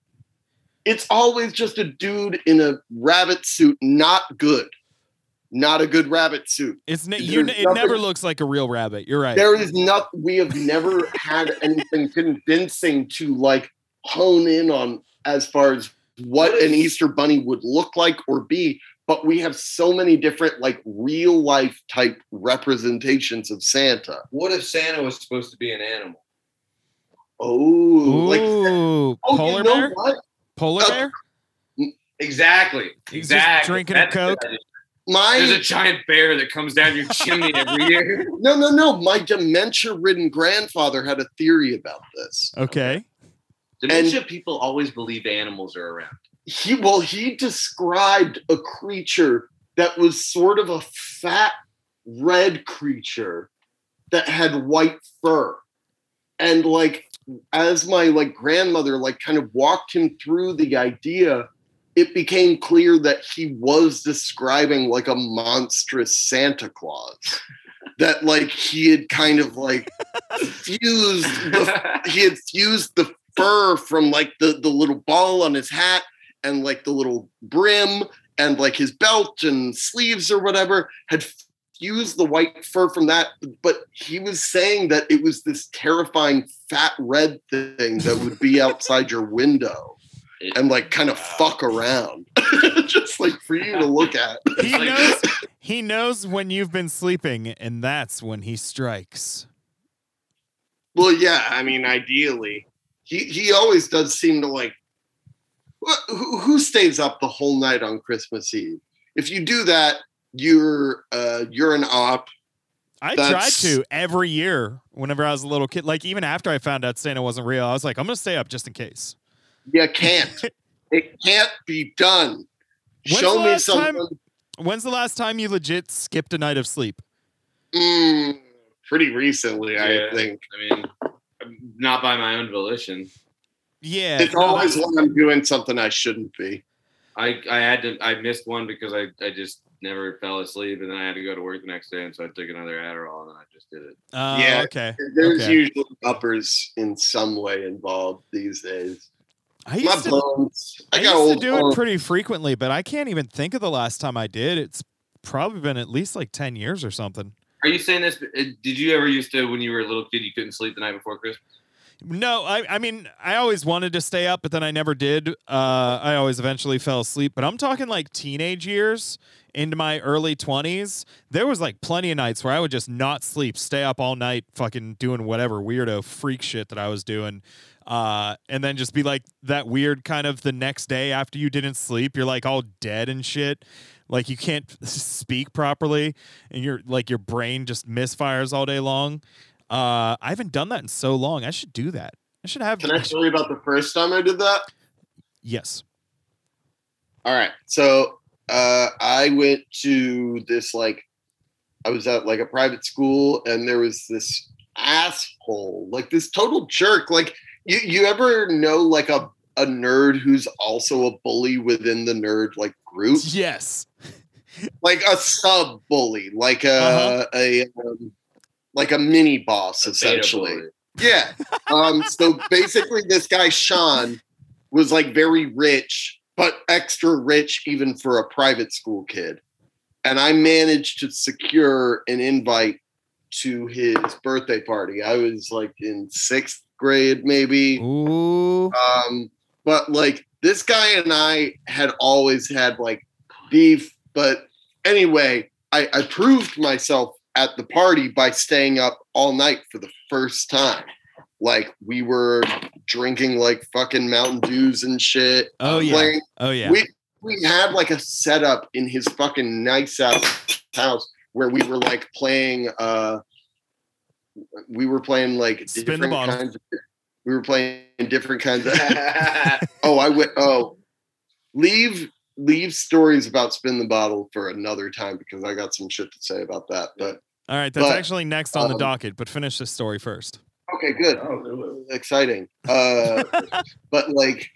B: it's always just a dude in a rabbit suit, not good, not a good rabbit suit.
A: It's ne-
B: There's
A: you, ne- it
B: nothing-
A: never looks like a real rabbit. You're right.
B: There is not. We have never had anything convincing to like hone in on as far as what an Easter bunny would look like or be. But we have so many different like real life type representations of Santa.
C: What if Santa was supposed to be an animal?
B: Oh,
A: Ooh,
B: like oh,
A: polar
B: you know
A: bear?
B: what?
A: Polar
B: Uh,
A: bear?
C: Exactly.
A: He's just
C: exactly.
A: drinking a
C: That's the
A: Coke.
C: idea. There's a
B: My
C: giant bear that comes down your chimney every year.
B: no, no, no. My dementia-ridden grandfather had a theory about this.
A: Okay.
C: Dementia people always believe animals are around.
B: he well he described a creature that was sort of a fat red creature that had white fur and like as my like grandmother like kind of walked him through the idea it became clear that he was describing like a monstrous santa claus that like he had kind of like fused the he had fused the fur from like the the little ball on his hat and like the little brim and like his belt and sleeves or whatever had fused the white fur from that but he was saying that it was this terrifying fat red thing that would be outside your window and like kind of fuck around just like for you to look at
A: He
C: Like-
A: knows he knows when you've been sleeping, and that's when he strikes.
B: Well, yeah, I mean, ideally, he he always does seem to like. wh- Who, who stays up the whole night on Christmas Eve? If you do that, you're uh, you're an op.
A: I
B: That's-
A: tried to every year whenever I was a little kid. Like even after I found out Santa wasn't real, I was like, I'm gonna stay up just in case.
B: You can't. it can't be done.
A: When's
B: Show
A: the
B: me
A: last time-
B: something
A: When's the last time you legit skipped a night of sleep?
B: Mm, pretty recently, I
C: Yeah.
B: think.
C: I mean, not by my own volition.
A: Yeah.
B: It's
A: no,
B: always
A: that's-
B: when I'm doing something I shouldn't be.
C: I, I had to I missed one because I, I just never fell asleep and then I had to go to work the next day and so I took another Adderall and then I just did it.
A: Oh,
B: Yeah.
A: okay.
B: There's
A: Okay.
B: usually uppers in some way involved these days.
A: I
B: My
A: used to
B: bones. I,
A: I
B: got
A: used
B: old. um,
A: to do it
B: bones.
A: pretty frequently, but I can't even think of the last time I did. It's probably been at least like ten years or something.
C: Are you saying this? uh, Did you ever used to when you were a little kid you couldn't sleep the night before Christmas?
A: No, I, I mean, I always wanted to stay up, but then I never did. Uh, I always eventually fell asleep. But I'm talking like teenage years into my early 20s. There was like plenty of nights where I would just not sleep, stay up all night, fucking doing whatever weirdo freak shit that I was doing. Uh, and then just be like that weird kind of the next day after you didn't sleep, you're like all dead and shit. Like you can't speak properly, and you're like your brain just misfires all day long. Uh, I haven't done that in so long. I should do that. I should have.
B: Can I tell you about the first time I did that?
A: yes.
B: All right. So uh, I went to this like I was at like a private school, and there was this asshole, like this total jerk. Like you, you ever know like a a nerd who's also a bully within the nerd like group,
A: Yes.
B: like a sub bully, like a
A: Uh-huh.
B: a um, like a mini boss
C: A beta
B: essentially.
C: bully.
B: Yeah. Um, so basically, this guy Sean was like very rich, but extra rich even for a private school kid. And I managed to secure an invite to his birthday party. I was like in sixth grade, maybe.
A: Ooh.
B: Um, but like this guy and I had always had like beef. But anyway, I, I proved myself at the party by staying up all night for the first time. Like we were drinking like fucking Mountain Dews and shit.
A: Oh yeah.
B: Playing,
A: Oh yeah.
B: We we had like a setup in his fucking nice ass house where we were like playing uh we were playing like
A: Spin the
B: different
A: bottle.
B: kinds of, we were playing different kinds of
C: yeah,
B: Oh, I went. Oh, leave leave stories about spin the bottle for another time because I got some shit to say about that. But
A: All right, that's
B: but,
A: actually next on the
B: um,
A: docket, but finish this story first.
B: okay, good,
C: Oh,
B: exciting. Uh, but like,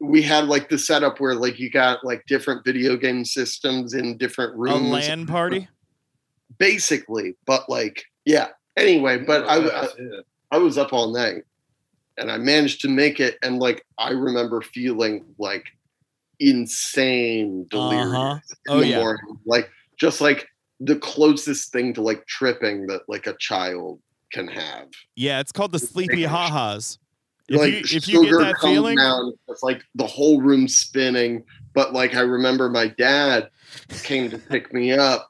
B: we had like the setup where like you got like different video game systems in different
A: A
B: rooms,
A: land party?
B: basically. But like, yeah. Anyway, but I, I I was up all night and I managed to make it. And like, I remember feeling like insane delirious
A: Uh-huh.
B: in
A: Oh,
B: the
A: yeah.
B: morning. Like, just like the closest thing to like tripping that like a child can have.
A: Yeah, it's called the sleepy ha-has. If
B: like,
A: you if you get that feeling,
B: down, it's like the whole room spinning. But like, I remember my dad came to pick me up.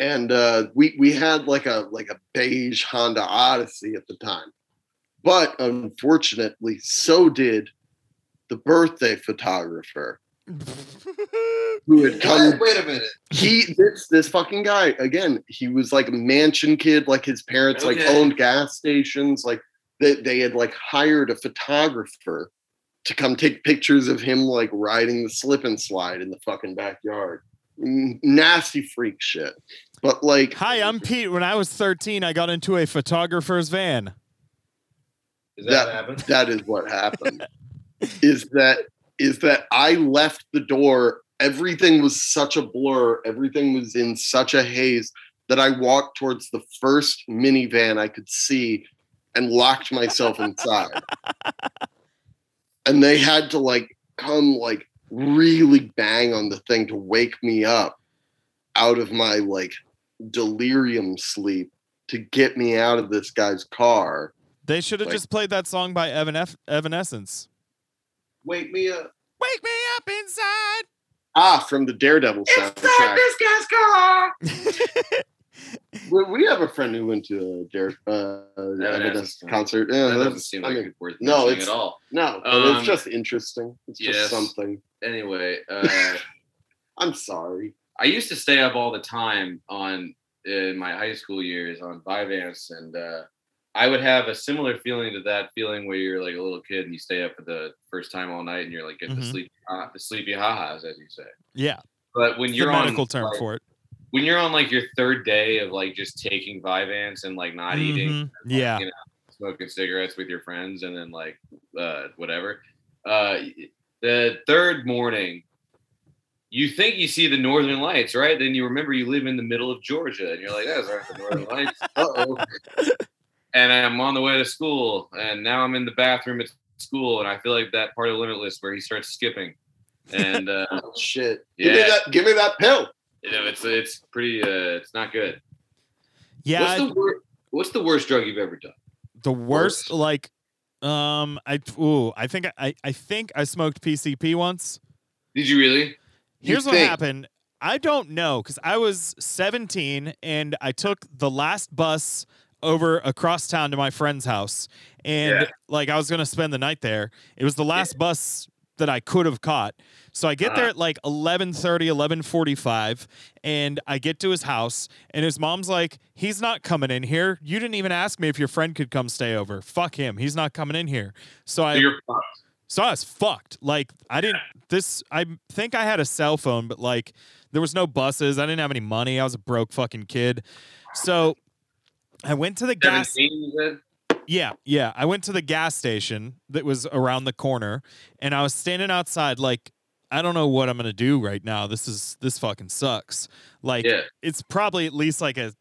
B: And uh, we we had like a like a beige Honda Odyssey at the time. But unfortunately, so did the birthday photographer who had come.
C: Wait a minute.
B: He this this fucking guy again. He was like a mansion kid. Like his parents like
C: Okay.
B: owned gas stations. Like they they had like hired a photographer to come take pictures of him like riding the slip and slide in the fucking backyard. N- Nasty freak shit. But like
A: Hi, I'm Pete. When I was 13, I got into a photographer's van.
C: Does
B: Yeah.
C: that happen?
B: that is what happened is that is that i left the door everything was such a blur everything was in such a haze that i walked towards the first minivan i could see and locked myself inside and they had to like come like really bang on the thing to wake me up out of my like delirium sleep to get me out of this guy's car
A: They should have
B: Like-
A: just played that song by Evanef- Evanescence.
C: Wake me up.
A: Wake me up inside.
B: Ah, from the Daredevil soundtrack.
C: guy's car.
B: we, we have a friend who went to a Dare uh, Evidence
C: doesn't-
B: concert. Yeah,
C: That doesn't
B: that's-
C: seem
B: I
C: like
B: mean,
C: it's worth
B: no,
C: mentioning
B: it's-
C: at all.
B: no,
C: Um,
B: it's just interesting. It's
C: yes.
B: just something.
C: Anyway, uh,
B: I'm sorry.
C: I used to stay up all the time on in my high school years on Vivance, and uh, I would have a similar feeling to that feeling where you're like a little kid and you stay up for the first time all night, and you're like at the
A: Mhm.
C: sleep uh, the sleepy ha-has, as you say.
A: Yeah,
C: But when
A: it's
C: you're
A: the medical
C: on
A: term
C: like,
A: for it.
C: when you're on like your third day of like just taking Vyvanse and like not eating,
A: Mhm.
C: like,
A: Yeah.
C: you know, smoking cigarettes with your friends and then like uh, whatever. Uh, the third morning, you think you see the northern lights, right? Then you remember you live in the middle of Georgia, and you're like, "That's not the northern lights."
B: Uh-oh.
C: And I'm on the way to school, and now I'm in the bathroom at school, and I feel like that part of Limitless where he starts skipping, and uh,
B: oh, shit. Give
C: Yeah.
B: me that give me that pill.
C: you know it's it's pretty uh, it's not good.
A: Yeah.
C: what's, the wor- what's the worst drug you've ever done?
A: the worst
C: worst?
A: like um i ooh, i think I, I think i smoked pcp once
C: Did you really?
B: You
A: here's what
B: think.
A: happened i don't know because i was 17 and i took the last bus over across town to my friend's house and
C: Yeah.
A: like i was gonna spend the night there it was the last bus that i could have caught so i get there
C: Uh-huh.
A: at like 11.30 11.45 and i get to his house and his mom's like he's not coming in here you didn't even ask me if your friend could come stay over fuck him he's not coming in here so i
C: So you're
A: so I was fucked. Like I didn't this I think I had a cell phone, but like there was no buses. I didn't have any money. I was a broke fucking kid. So I went to the gas
C: 17, you said?
A: yeah, yeah. I went to the gas station that was around the corner and I was standing outside like I don't know what I'm going to do right now. This is this fucking sucks. Like
C: yeah.
A: it's probably at least like a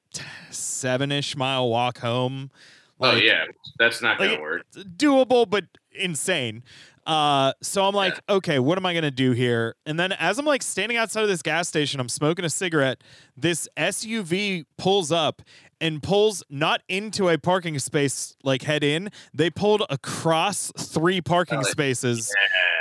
A: 7ish mile walk home.
C: Oh
A: Like,
C: yeah. That's not gonna
A: like-
C: work.
A: doable but insane. Uh, so I'm like, okay, what am I gonna do here? And then as I'm like standing outside of this gas station, I'm smoking a cigarette. This SUV pulls up and pulls not into a parking space like head in. They pulled across three parking
C: Oh,
A: spaces,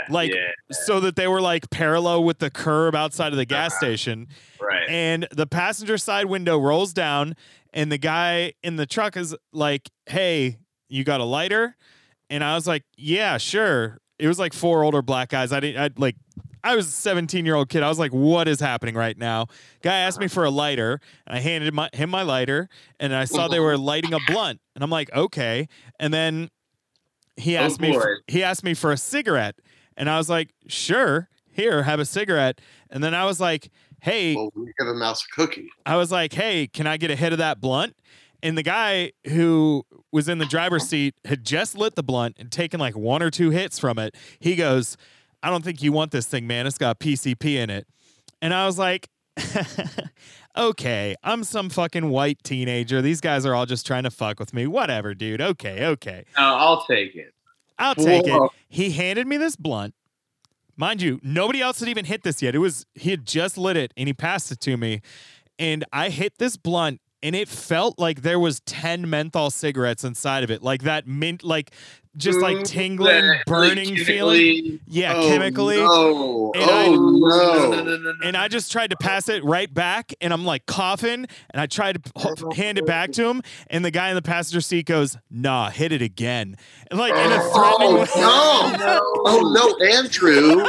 C: Yeah,
A: like
C: yeah,
A: so that they were like parallel with the curb outside of the gas
C: Uh-huh.
A: station.
C: right.
A: And the passenger side window rolls down, and the guy in the truck is like, Hey, you got a lighter? And I was like, Yeah, sure. It was like four older black guys. I didn't, I like, I was a 17 year old kid. I was like, What is happening right now? Guy asked
C: Uh-huh.
A: me for a lighter, and I handed my, him my lighter, and I saw they were lighting a blunt. And I'm like, Okay. And then he
C: Oh,
A: asked me, for-
C: boy.
A: he asked me for a cigarette. And I was like, Sure, here, have a cigarette. And then I was like, Hey,
B: Well, we give a mouse a cookie.
A: I was like, "Hey, can I get a hit of that blunt?" And the guy who was in the driver's seat had just lit the blunt and taken like one or two hits from it. He goes, "I don't think you want this thing, man. It's got PCP in it." And I was like, "Okay, I'm some fucking white teenager. These guys are all just trying to fuck with me. Whatever, dude. Okay, okay.
C: No, I'll take it.
A: I'll take
B: Whoa.
A: it." He handed me this blunt. Mind you, nobody else had even hit this yet. It was he had just lit it and he passed it to me and I hit this blunt and it felt like there was 10 menthol cigarettes inside of it. Like that mint like just like
C: Mm,
A: tingling,
C: that
A: burning feeling.
C: chemically-
A: Yeah,
B: oh,
A: chemically.
B: No.
A: And I-
B: oh no.
A: And I just tried to pass it right back and I'm like coughing and I tried to
B: Oh,
A: ho- hand it back to him and the guy in the passenger seat goes, "Nah, hit it again." And like in a threatening way.
B: Oh no! Oh no, Andrew!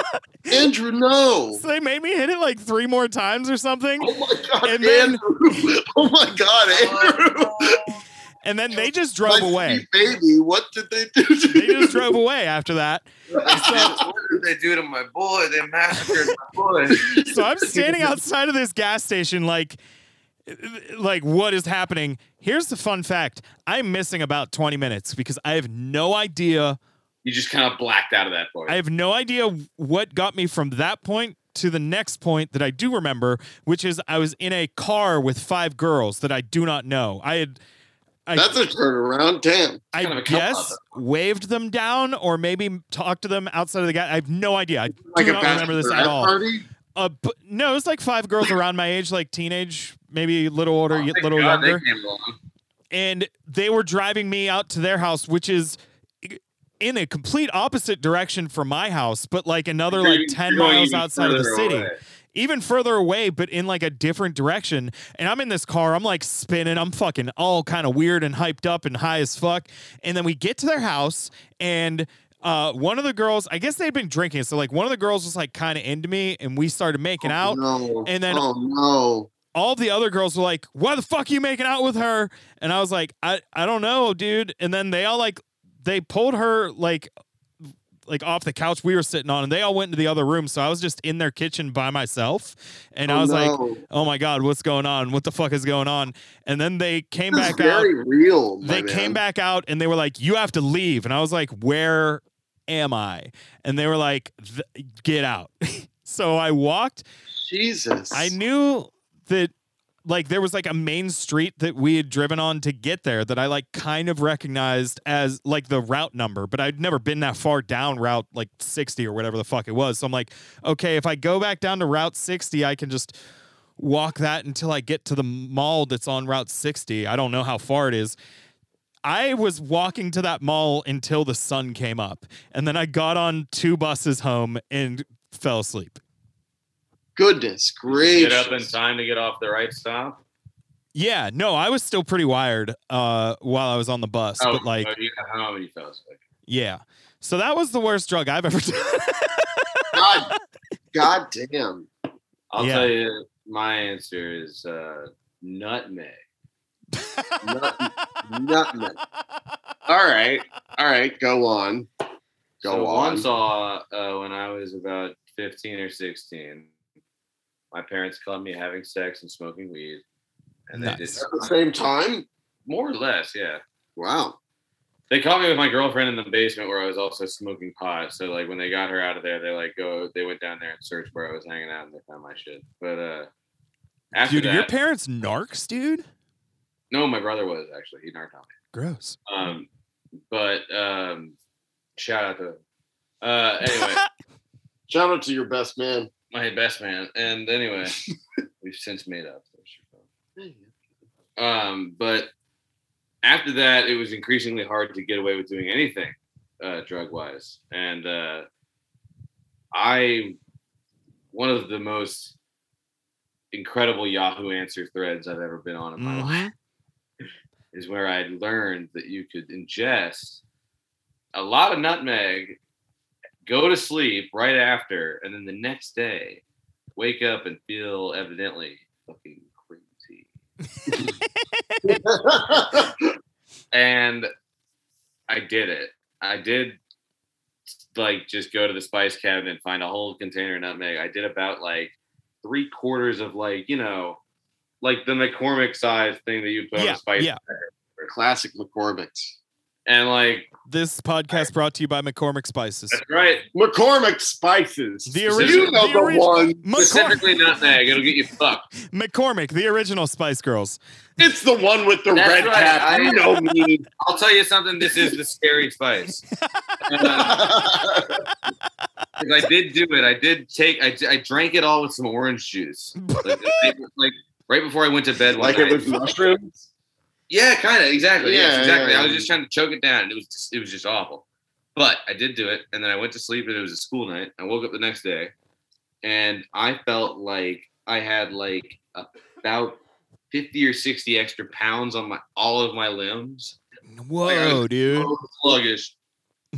B: Andrew, no!
A: So they made me hit it like 3 more times or something.
B: Oh my god,
A: And then-
B: Andrew! Oh my god, Andrew!
A: And then they just drove
B: My
A: away.
B: sweet Baby, what did they do? To
A: They
B: you?
A: just drove away after that.
C: what did they do to my boy? They massacred my boy.
A: so I'm standing outside of this gas station, like, like what is happening? Here's the fun fact: I'm missing about 20 minutes because I have no idea.
C: You just kind of blacked out of that part.
A: I have no idea what got me from that point to the next point that I do remember, which is I was in a car with five girls that I do not know. I had. I,
B: That's a turnaround, damn.
A: I
C: kind of a couple of
A: guess waved them down, or maybe talked to them outside of the guy. I have no idea. I do
B: Like a
A: not remember this at
B: bachelorette
A: all.
B: Party?
A: Uh, but no, it's like five girls around my age, like teenage, maybe a little older,
C: Oh,
A: yet
C: thank
A: little
C: God
A: younger,
C: They came along.
A: and they were driving me out to their house, which is in a complete opposite direction from my house, but like another like
C: You're
A: ten
C: going
A: miles
C: even
A: outside of the
C: further
A: city,
C: away.
A: even further away, but in like a different direction. And I'm in this car, I'm like spinning, I'm fucking all kind of weird and hyped up and high as fuck. And then we get to their house, and uh, one of the girls, I guess they'd been drinking, so like one of the girls was like kind of into me, and we started making out.
B: Oh, No.
A: and then-
B: oh no!
A: all the other girls were like, "Why the fuck are you making out with her?" And I was like, "I I don't know, dude." And then they all like they pulled her like like off the couch we were sitting on, and they all went into the other room. So I was just in their kitchen by myself, and I was like, "Oh my god, what's going on? What the fuck is going on?" And then they came
B: this is
A: back out.
B: very real. my
A: They came
B: man.
A: back out and they were like, "You have to leave." And I was like, "Where am I?" And they were like, "Th- "Get out." so I walked
B: Jesus,
A: I knew that like there was like a main street that we had driven on to get there that I like kind of recognized as like the route number, but I'd never been that far down route like 60 or whatever the fuck it was. So I'm like, okay, if I go back down to route 60, I can just walk that until I get to the mall that's on route 60. I don't know how far it is. I was walking to that mall until the sun came up, and then I got on two buses home and fell asleep.
B: Goodness
C: Get up in
B: gracious!
C: time to get off the right stop.
A: Yeah, no, I was still pretty wired uh while I was on the bus, but like
C: oh, you got how many fellas?
A: yeah. So that was the worst drug I've ever done.
B: God, God damn!
C: I'll
A: Yeah.
C: tell you, my answer is uh, nutmeg.
B: Nut, nutmeg. All right, all right, go on, go
C: so
B: on.
C: once uh, uh, when I was about 15 or 16, my parents caught me having sex and smoking weed. And they
A: Nice.
B: At the same time,
C: more or less, yeah.
B: wow.
C: They caught me with my girlfriend in the basement where I was also smoking pot. So like when they got her out of there, they like go they went down there and searched where I was hanging out and they found my shit. But uh after
A: dude, are
C: that,
A: your parents narcs, dude?
C: no, my brother was actually he narcotic.
A: Gross.
C: Um, but um, shout out to Uh, anyway,
B: Shout out to your best man.
C: my best man. And anyway, we've since made up. Um, but after that, it was increasingly hard to get away with doing anything uh, drug wise. And uh, I, one of the most incredible Yahoo answer threads I've ever been on in my life
A: Mhm.
C: is where I learned that you could ingest a lot of nutmeg, go to sleep right after, and then the next day wake up and feel evidently fucking crazy. And I did it. I did like just go to the spice cabinet, find a whole container of nutmeg. I did about like three quarters of like, you know, like the McCormick size thing that you put on
A: Yeah,
C: a spice
A: yeah.
B: Classic McCormick's.
C: and like
A: This podcast brought to you by McCormick Spices.
C: that's right.
B: McCormick spices.
A: The
B: you
A: original-
B: know
A: the
B: the,
A: original-
B: one.
A: McCor-
C: Specifically nutmeg. It'll get you fucked.
A: McCormick, the original Spice Girls.
B: It's the one with the
C: That's
B: red
C: right,
B: cap.
C: I-
B: you know me.
C: I'll tell you something. This is the scary spice. Uh, 'cause I did do it. I did take. I, I drank it all with some orange juice. Like, the night- like, right before I went to bed. One
B: like it
C: night.
B: was mushrooms.
C: Yeah, kind of. Exactly. yes,
B: Yeah,
C: exactly.
B: yeah,
C: I was
B: yeah.
C: just trying to choke it down. and It was just, it was just awful. But I did do it, and then I went to sleep, and it was a school night. I woke up the next day, and I felt like I had like about fifty or sixty extra pounds on my all of my limbs.
A: Whoa, dude.
C: so Oh, sluggish.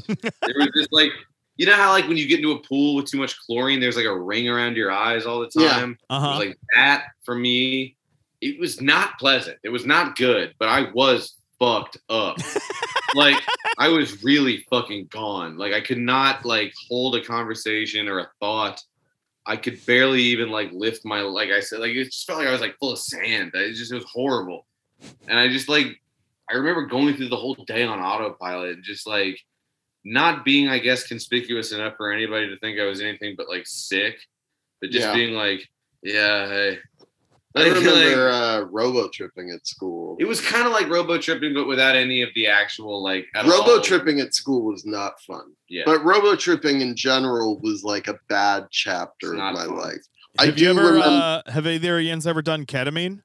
C: there was just like you know how like when you get into a pool with too much chlorine, there's like a ring around your eyes all the
B: Yeah.
C: time. It was
A: Uh huh.
C: like that for me. It was not pleasant. It was not good, but I was fucked up. like I was really fucking gone. Like I could not like hold a conversation or a thought. I could barely even like lift my like I said like it just felt like I was like full of sand. It just it was horrible. And I just like I remember going through the whole day on autopilot and just like not being I guess conspicuous enough for anybody to think I was anything but like sick, but just
B: Yeah.
C: being like yeah, hey.
B: I
C: Like, like-
B: remember uh, robo tripping at school.
C: it was kind of like robo tripping, but without any of the actual like at all-
B: Robo tripping at school was not fun,
C: Yeah,
B: but robo tripping in general was like a bad chapter
C: It's
B: of
C: not
B: my
C: fun.
B: life. I
A: Have you
B: do
A: ever,
B: remember-
A: uh, have either of yins ever done ketamine?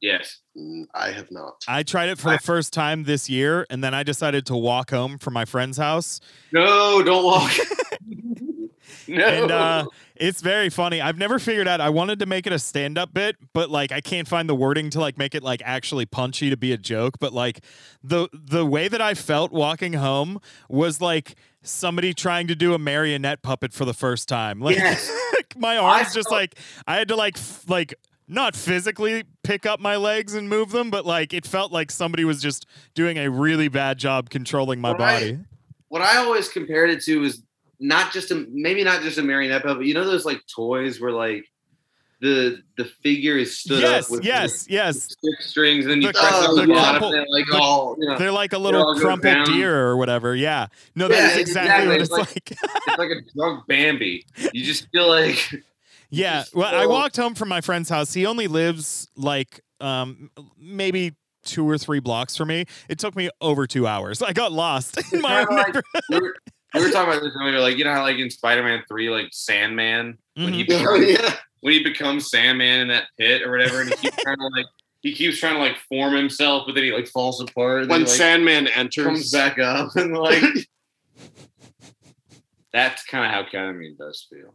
C: yes.
B: Mm, I have not.
A: I tried it for the first time this year, and then I decided to walk home from my friend's house.
C: No, don't walk. no.
A: And uh, it's very funny. I've never figured out. I wanted to make it a stand up bit, but like I can't find the wording to like make it like actually punchy to be a joke. But like the the way that I felt walking home was like somebody trying to do a marionette puppet for the first time. Like
C: Yes.
A: my arms just
C: I felt-
A: like I had to like f- like not physically pick up my legs and move them, but like it felt like somebody was just doing a really bad job controlling my
C: Right.
A: body.
C: what I always compared it to is not just a maybe not just a marionette puppet. You know those like toys where like the the figure is stood
A: Yes,
C: up with
A: yes, yes.
C: six strings, and then you
A: The-
C: press
B: uh,
C: up
B: the
C: the bottom,
A: couple-
C: and like
A: the-
C: all you know,
A: They're like a little
C: all go
A: crumpled
C: down.
A: deer or whatever. Yeah. No, that's
C: Yeah,
A: exactly, what it's
C: exactly.
A: like.
C: it's like a drunk Bambi. You just feel like
A: yeah.
C: just
A: Well, I
C: go-
A: walked home from my friend's house. He only lives like um maybe two or three blocks from me. It took me over two hours. I got lost in my own
C: Kinda like-
A: neighborhood.
C: we were, we were talking about this earlier, like you know how like in Spider-Man Three, like Sandman when he
A: Mhm.
B: Oh,
C: becomes,
B: yeah.
C: when he becomes Sandman in that pit or whatever, and he keeps trying to like he keeps trying to like form himself, but then he like falls apart. And
B: When
C: then, he, like,
B: Sandman enters,
C: comes back up and like that's kind of how ketamine does feel.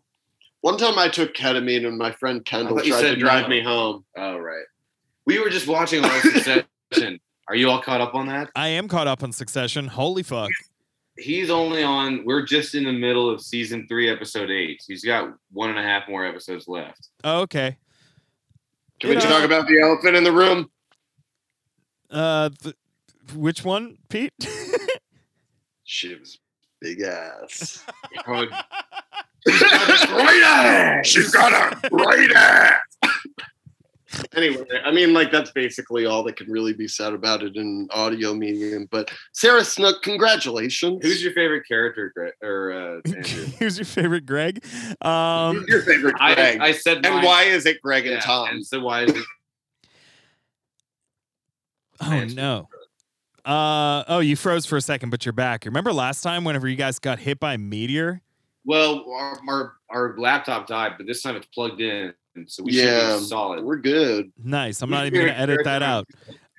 B: One time I took ketamine and my friend Kendall
C: I thought you
B: tried
C: said
B: to drive
C: no.
B: me home.
C: Oh right, we were just watching our succession. Are you all caught up on that?
A: mm-hmm. I am caught up on Succession. Holy fuck.
C: He's only on. We're just in the middle of season three, episode eight. He's got one and a half more episodes left.
A: Okay.
B: Can we
A: You know-
B: talk about the elephant in the room?
A: Uh th- which one, Pete?
B: She was big ass.
C: Probably
B: great ass. She's got a great ass. anyway, I mean, like that's basically all that can really be said about it in an audio medium. But Sarah Snook, congratulations.
C: Who's your favorite character, Gre- or uh, Andrew?
A: Who's your favorite Greg? Um
B: Who's your favorite
C: I,
B: Greg?
C: I said
B: and
C: mine.
B: why is it Greg
C: Yeah,
B: and Tom?
C: And so why is it
A: Oh no. Uh, oh, you froze for a second, but you're back. Remember last time, whenever you guys got hit by a meteor?
C: Well, our, our, our laptop died, but this time it's plugged in, so we
B: Yeah.
C: should be solid.
B: We're good.
A: Nice. I'm not even going to edit that out.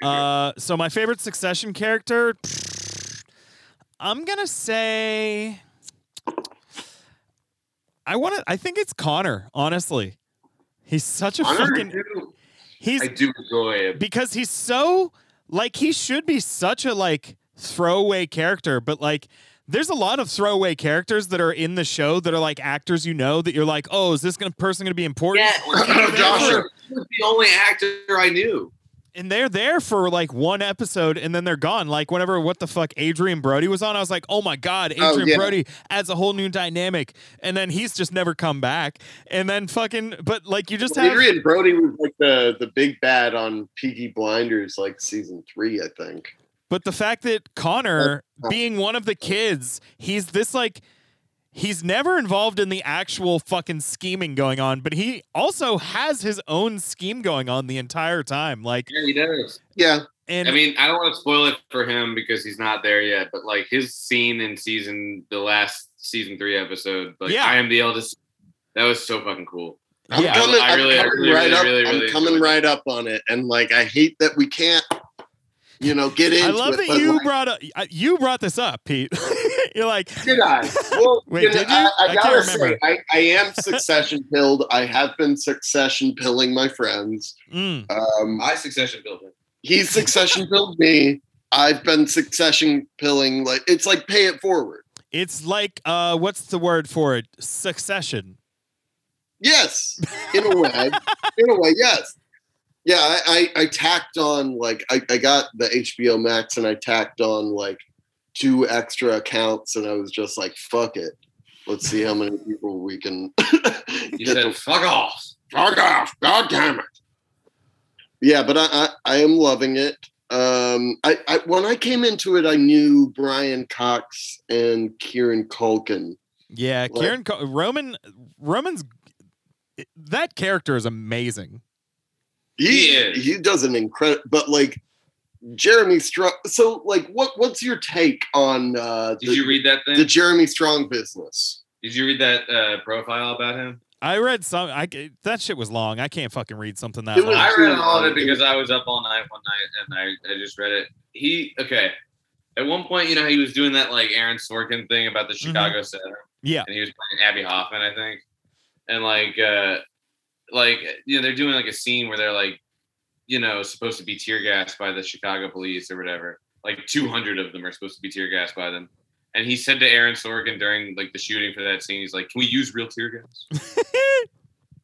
A: Uh, so my favorite Succession character, I'm gonna say, I want to. I think it's Connor. Honestly, he's such a
C: Honor, I
A: fucking.
C: do-
A: He's
C: I do enjoy it.
A: because he's so like he should be such a like throwaway character, but like. There's a lot of throwaway characters that are in the show that are like actors you know that you're like, oh, is this gonna, person going to be important?
C: Yeah,
B: Joshua.
C: Joshua was the only actor I knew.
A: and they're there for like one episode and then they're gone. Like whenever what the fuck Adrian Brody was on, I was like, oh my god,
B: Oh,
A: Adrian
B: yeah.
A: Brody adds a whole new dynamic. And then he's just never come back. And then fucking, but like you just have
B: Adrian Brody was like the the big bad on Peaky Blinders, like season three, I think.
A: But the fact that Connor, being one of the kids, he's this like, he's never involved in the actual fucking scheming going on, but he also has his own scheme going on the entire time. Like,
C: Yeah, he does.
B: Yeah,
A: and
C: I mean, I don't want to spoil it for him because he's not there yet. But like his scene in season, the last season three episode, like
A: Yeah.
C: I am the eldest. That was so fucking cool.
B: I'm
A: Yeah,
B: coming,
C: I
B: I'm
C: really- I
B: coming
C: really,
B: right
C: really,
B: up.
C: really, really
B: I'm coming
C: enjoyed it.
B: right up on it, and like I hate that we can't, you know, get into.
A: I love
B: it,
A: that
B: but,
A: you
B: like,
A: brought up, uh, you brought this up, Pete. You're like,
B: did I? Well,
A: Wait,
B: you know,
A: did you?
B: I,
A: I
B: I
A: can't
B: gotta
A: remember.
B: say, I, I am succession pilled. I have been succession pilling my friends.
A: mm,
B: Um,
C: My succession building.
B: he's succession pilled me. I've been succession pilling. Like it's like pay it forward.
A: it's like, uh, what's the word for it? Succession.
B: Yes, in a way, in a way, yes. Yeah, I, I, I tacked on like I, I got the HBO Max and I tacked on like two extra accounts and I was just like, fuck it. Let's see how many people we can
C: You
B: get
C: said
B: to-
C: fuck off.
B: fuck off. God damn it. Yeah, but I, I, I am loving it. Um, I, I when I came into it, I knew Brian Cox and Kieran Culkin.
A: Yeah,
B: Like-
A: Kieran Co- Roman Roman's that character is amazing.
B: he,
C: He is.
B: he does an incredible but like jeremy strong so like what what's your take on uh
C: Did
B: the,
C: you read that
B: the
C: thing?
B: jeremy strong business
C: Did you read that uh, profile about him?
A: I read some. I ca- that shit was long. I can't fucking read something that
B: It was-
A: long.
C: I read all of it because I was up all night one night and I, I just read it. He okay. At one point, you know how he was doing that like Aaron Sorkin thing about the
B: Mm-hmm.
C: Chicago Center.
A: yeah,
C: and he was playing Abby Hoffman, I think. And like, uh, like you know, they're doing like a scene where they're like, you know, supposed to be tear gassed by the Chicago police or whatever. Like 200 of them are supposed to be tear gassed by them. And he said to Aaron Sorkin during like the shooting for that scene, he's like, "Can we use real tear gas?"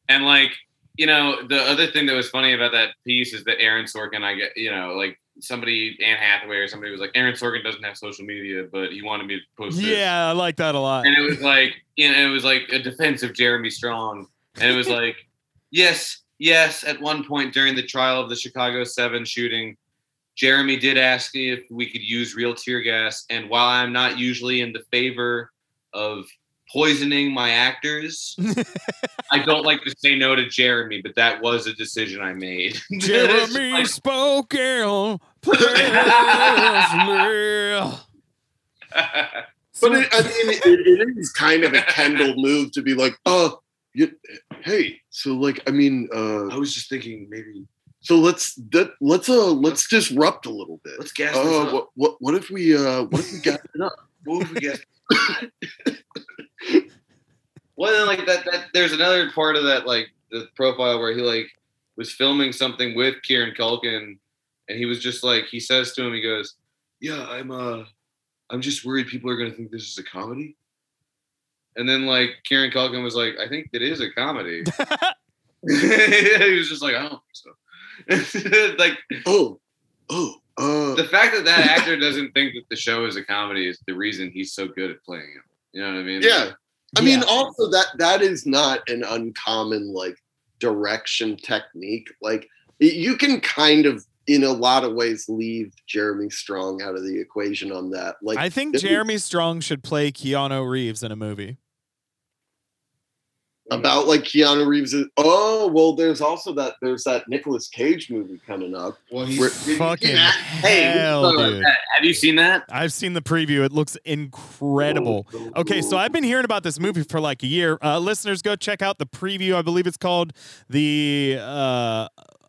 C: and like, you know, the other thing that was funny about that piece is that Aaron Sorkin, I get, you know, like somebody Anne Hathaway or somebody was like, "Aaron Sorkin doesn't have social media, but he wanted me to post." this."
A: yeah, I like that a lot.
C: and it was like you know it was like a defense of jeremy strong and it was like yes yes at one point during the trial of the chicago seven shooting jeremy did ask me if we could use real tear gas and while i'm not usually in the favor of poisoning my actors i don't like to say no to jeremy but that was a decision i made It's just
A: Jeremy
C: like-
A: Spoken. prayerfully.
B: but it, i mean it, it is kind of a kendall move to be like oh you, hey so like i mean
C: i
B: uh
C: was just thinking maybe
B: so let's that, let's uh let's disrupt a little bit
C: let's gas this
B: oh
C: up.
B: what, what what if we uh what if we got it up
C: What if we get? well, then, like that, that. There's another part of that, like the profile where he like was filming something with Kieran Culkin, and he was just like, he says to him, he goes, "Yeah, I'm uh, I'm just worried people are gonna think this is a comedy." And then like Kieran Culkin was like, "I think it is a comedy." he was just like, "I don't think so." like
B: oh oh uh
C: the fact that that actor doesn't think that the show is a comedy is the reason he's so good at playing it. You know what I mean?
B: Yeah. I mean,
A: Yeah.
B: also that that is not an uncommon like direction technique. Like y- you can kind of, in a lot of ways, leave Jeremy Strong out of the equation on that. Like
A: I think Jeremy Strong should play Keanu Reeves in a movie.
B: about like Keanu Reeves. Oh well, there's also that there's that Nicolas Cage movie coming up.
C: Well,
B: We're-
C: Oh, he's,
A: Fucking
C: Hey, we
A: hell,
C: saw
A: dude.
C: that. have you seen that?
A: I've seen the preview. It looks incredible. Okay, so I've been hearing about this movie for like a year. Uh, listeners, go check out the preview. I believe it's called The uh,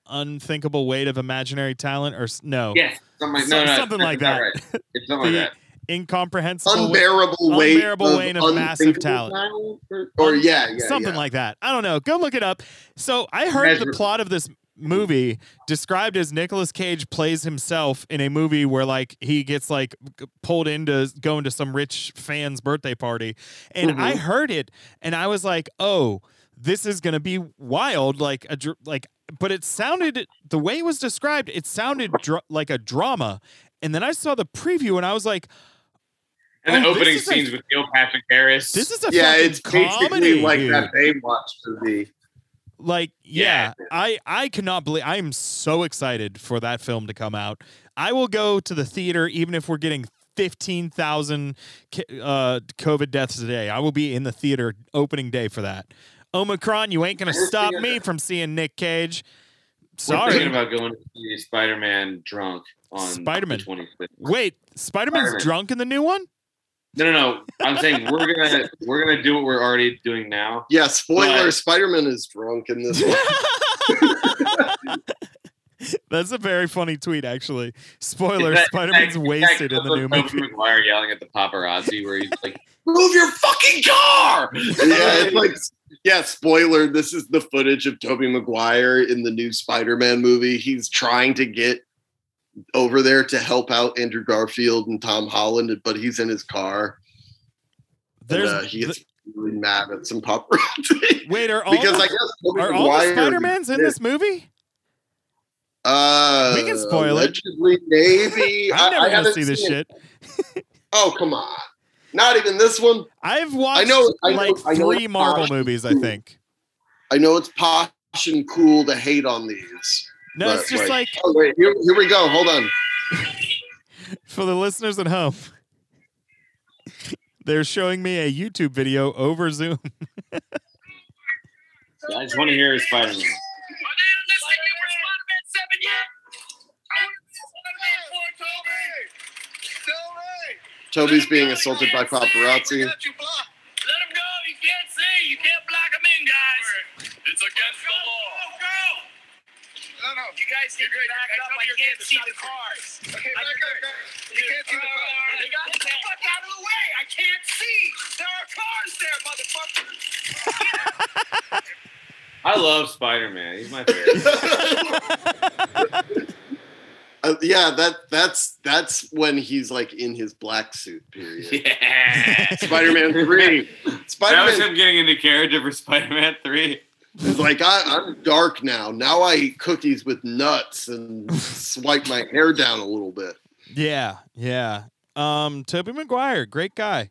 A: Unthinkable Weight of Imaginary Talent, or s- no,
C: Yes, something like, no,
A: Oh. Some-
C: no,
A: something
C: it's
A: like
C: not
A: that.
C: right. It's something
A: The
C: like that.
A: Incomprehensible Weight-
B: unbearable weight,
A: Unbearable weight of massive
B: unthinkable
A: talent.
B: talent, or, or yeah, yeah,
A: something
B: yeah.
A: like that. I don't know. Go look it up. So I heard the
C: Measure-
A: plot of this movie described as Nicolas Cage plays himself in a movie where like he gets like g- pulled into going to some rich fan's birthday party. And
B: Mhm.
A: I heard it and I was like, "Oh, this is going to be wild like a dr- like but it sounded the way it was described, it sounded dr- like a drama. And then I saw the preview and I was like,
C: And the
A: Oh, this
C: opening
A: is a-
C: scenes with Neil Patrick Harris.
A: this is a
B: Yeah,
A: fucking
B: it's
A: comedy,
B: basically like
A: dude.
B: that Baywatch movie.
A: Like, yeah,
C: Yeah.
A: I I cannot believe I am so excited for that film to come out. I will go to the theater even if we're getting 15,000 ca- uh COVID deaths a day. I will be in the theater opening day for that. Omicron, you ain't going to
C: Where's the
A: stop
C: other-
A: me from seeing Nick Cage.
C: We're thinking
A: Sorry.
C: about going to see Spider-Man drunk on
A: Spider-Man.
C: twenty fifth.
A: Wait, Spider-Man's
C: Spider-Man.
A: drunk in the new one?
C: No, no, no. I'm saying we're gonna we're gonna do what we're already doing now.
B: Yeah, spoiler:
C: But-
B: Spider-Man is drunk in this one.
A: That's a very funny tweet actually. Spoiler,
C: Is that-
A: Spider-Man's
C: that- that
A: wasted in
C: clip
A: the new
C: of
A: movie.
C: Tobey Maguire yelling at the paparazzi, where he's like, "Move your fucking car!"
B: yeah, it's like yeah, spoiler. This is the footage of Toby Maguire in the new Spider-Man movie. He's trying to get over there to help out Andrew Garfield and Tom Holland, but he's in his car. And,
A: There's
B: uh, he gets really mad at some paparazzi.
A: Wait, are all
B: because
A: the-
B: I guess Tobey
A: Are all the
B: Maguire-
A: Spider-Mans in
B: Yeah.
A: this movie?
B: Uh,
A: We can spoil it.
B: allegedly, Maybe
A: I'm never gonna
B: haven't
A: see this
B: seen it.
A: shit.
B: Oh come on! Not even this one.
A: I've watched
B: know- I know-
A: like
B: I know
A: three
B: it's
A: Marvel
B: not.
A: movies, I think.
B: I know it's posh and cool to hate on these.
A: No,
B: But,
A: it's just like
B: oh wait, here, here we go. Hold on.
A: for the listeners at home. They're showing me a YouTube video over Zoom.
C: I just want to hear Spider-Man.
D: Are they on this thing that we're Spider-Man 7 yet? I want to Spider-Man 4, Toby. Still right.
B: Toby's being assaulted by paparazzi.
D: Let him go. You can't see. You can't block him in, guys. It's against the law. Go, go. No, no. You guys need to back up. I can't see the cars. Okay, back up. You can't see the cars. They got the fuck out of the way. I can't see. There are cars there, motherfucker.
C: I love Spider-Man. He's my favorite.
B: Uh, yeah, that that's that's when he's like in his black suit period.
C: yeah.
B: Spider-Man three.
C: That was
B: Spider-Man
C: him getting into character for Spider-Man Three.
B: is like I, I'm dark now. Now I eat cookies with nuts and swipe my hair down a little bit.
A: Yeah, yeah. Um, Toby Maguire, great guy.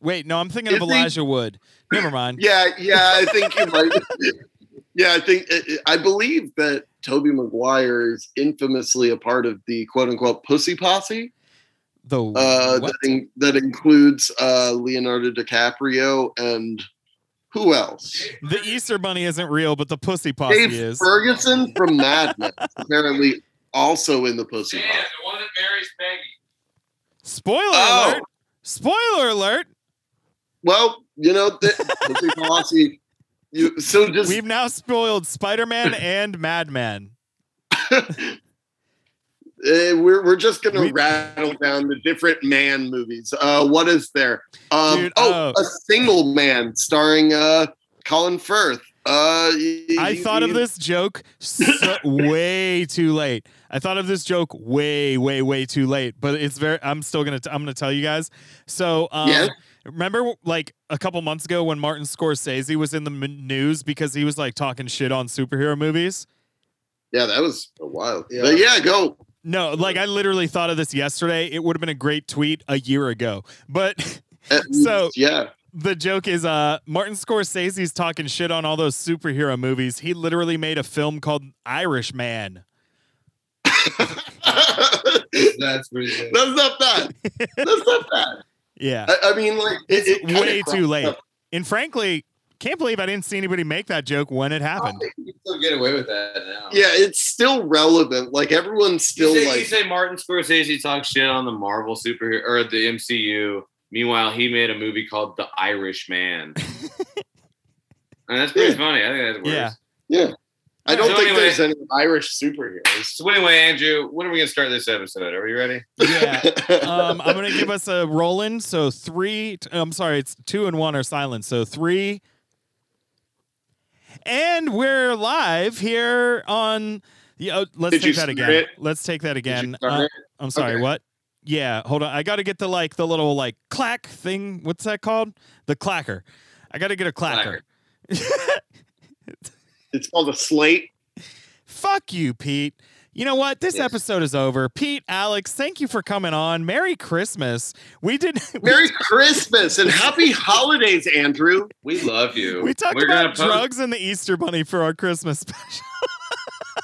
A: Wait, no, I'm thinking of
B: Is he-
A: Elijah Wood. Never mind.
B: Yeah, yeah, I think you might. Yeah, I think eh, I I believe that Toby Maguire is infamously a part of the quote-unquote pussy posse
A: The
B: uh,
A: what?
B: that in, that includes uh, Leonardo DiCaprio and who else?
A: the Easter Bunny isn't real, but the Pussy Posse
B: Dave
A: is.
B: Ferguson from Mad Men apparently also in the pussy posse.
C: one that marries Peggy.
A: Spoiler
B: Oh.
A: alert! Spoiler alert!
B: Well, you know, the pussy posse. You, so just
A: We've now spoiled Spider-Man and Mad Men.
B: Uh, we're, we're just gonna
A: We-
B: rattle down the different man movies. Uh, what is there? Um,
A: Dude,
B: oh,
A: oh.
B: a single man starring uh, Colin Firth. Uh,
A: I thought of this joke so, way too late. I thought of this joke way, way, way too late. But it's very. I'm still gonna. T- I'm gonna tell you guys. So um,
B: Yeah.
A: remember, like a couple months ago, when Martin Scorsese was in the m- news because he was like talking shit on superhero movies.
B: Yeah, that was a while.
E: Yeah.
B: But yeah, go.
A: No, like I literally thought of this yesterday. It would have been a great tweet a year ago, but.
B: At
A: So-
B: least, Uh, yeah,
A: the joke is uh Martin Scorsese's talking shit on all those superhero movies. He literally made a film called Irish Man.
B: that's
E: That's pretty good.
B: not bad. That's not bad.
A: Yeah.
B: I, I mean, like it-
A: It's
B: it kinda
A: way
B: crossed
A: too late.
B: up.
A: And frankly, Can't believe I didn't see anybody make that joke when it
C: I
A: happened.
C: think you can still get away with that now.
B: Yeah, it's still relevant. Like everyone's still
C: you say, you
B: like,
C: say Martin Scorsese talks shit on the Marvel superhero or the MCU. Meanwhile, he made a movie called The Irishman. and that's pretty
B: Yeah.
C: funny. I think that's worse.
A: Yeah.
B: I don't
C: So
B: think
C: anyway-
B: there's any Irish superheroes.
C: So anyway, Andrew, when are we gonna start this episode? Are we ready?
A: Yeah. Um, I'm gonna give us a rolling. So three. t- I'm sorry. It's two and one are silent. So three. And we're live here on. Yeah, oh, let's
C: Did you
A: take that
C: start
A: again.
C: it?
A: Let's take that
C: Did you
A: again.
C: start
A: Uh,
C: it?
A: I'm sorry.
C: Okay.
A: What? Yeah. Hold on. I got to get the like the little like clack thing. What's that called? The clacker. I got to get a clacker.
B: it's called a slate.
A: Fuck you, Pete. You know what? This
C: Yes.
A: episode is over. Pete, Alex, thank you for coming on. Merry Christmas. We did.
B: Merry Christmas and happy holidays, Andrew.
C: We love you.
A: We talked
C: we're
A: about
C: gonna post,
A: drugs and the Easter Bunny for our Christmas special.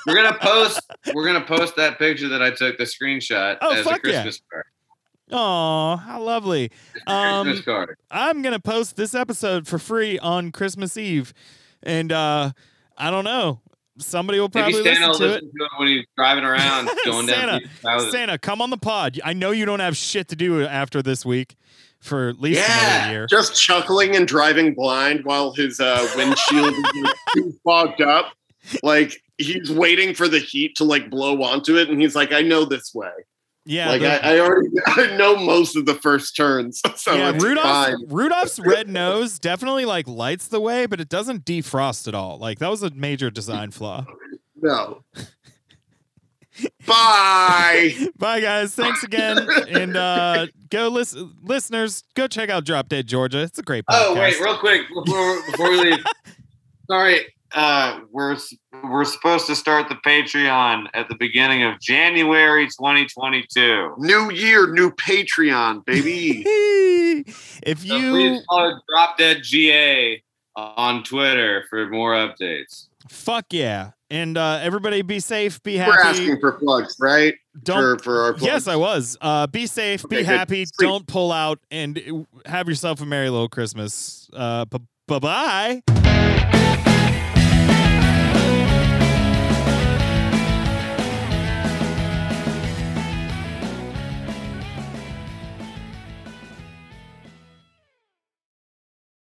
C: We're gonna post. We're gonna post that picture that I took, the screenshot,
A: Oh,
C: as a
A: fuck yeah.
C: Christmas card.
A: Aw, how lovely. Um,
C: Christmas card.
A: I'm going to post this episode for free on Christmas Eve. And uh, I don't know. Somebody will
C: Maybe
A: probably
C: Santa
A: listen
C: will
A: to it.
C: listen to it when he's driving around, going
A: Santa,
C: down. people's houses.
A: Santa, come on the pod. I know you don't have shit to do after this week for at least
C: Yeah.
A: another year.
B: Just chuckling and driving blind while his uh, windshield is like, too fogged up. Like he's waiting for the heat to like blow onto it, and he's like, "I know this way.
A: Yeah.
B: like
A: the-
B: I, I already I know most of the first turns, so
A: yeah,
B: it's
A: Rudolph's,
B: fine."
A: Rudolph's red nose definitely like lights the way, but it doesn't defrost at all. Like that was a major design flaw.
B: No. Bye.
A: Bye guys. Thanks again. and uh go listen listeners, go check out Drop Dead Georgia. It's a great podcast.
C: Oh wait, real quick before before we leave. Sorry, uh, we're s- we're supposed to start the Patreon at the beginning of January 2022.
B: New year, new Patreon, baby.
A: if
B: Oh,
C: So
A: you
C: please follow Drop Dead GA on Twitter for more updates.
A: fuck yeah. And uh everybody be safe, be
B: We're
A: happy.
B: asking for plugs, right?
A: Don't
B: for, for our plugs.
A: Yes, I was. Uh be safe,
B: Okay,
A: be
B: good.
A: happy,
B: Sweet.
A: don't pull out and uh, have yourself a merry little Christmas. Uh bu- bye-bye.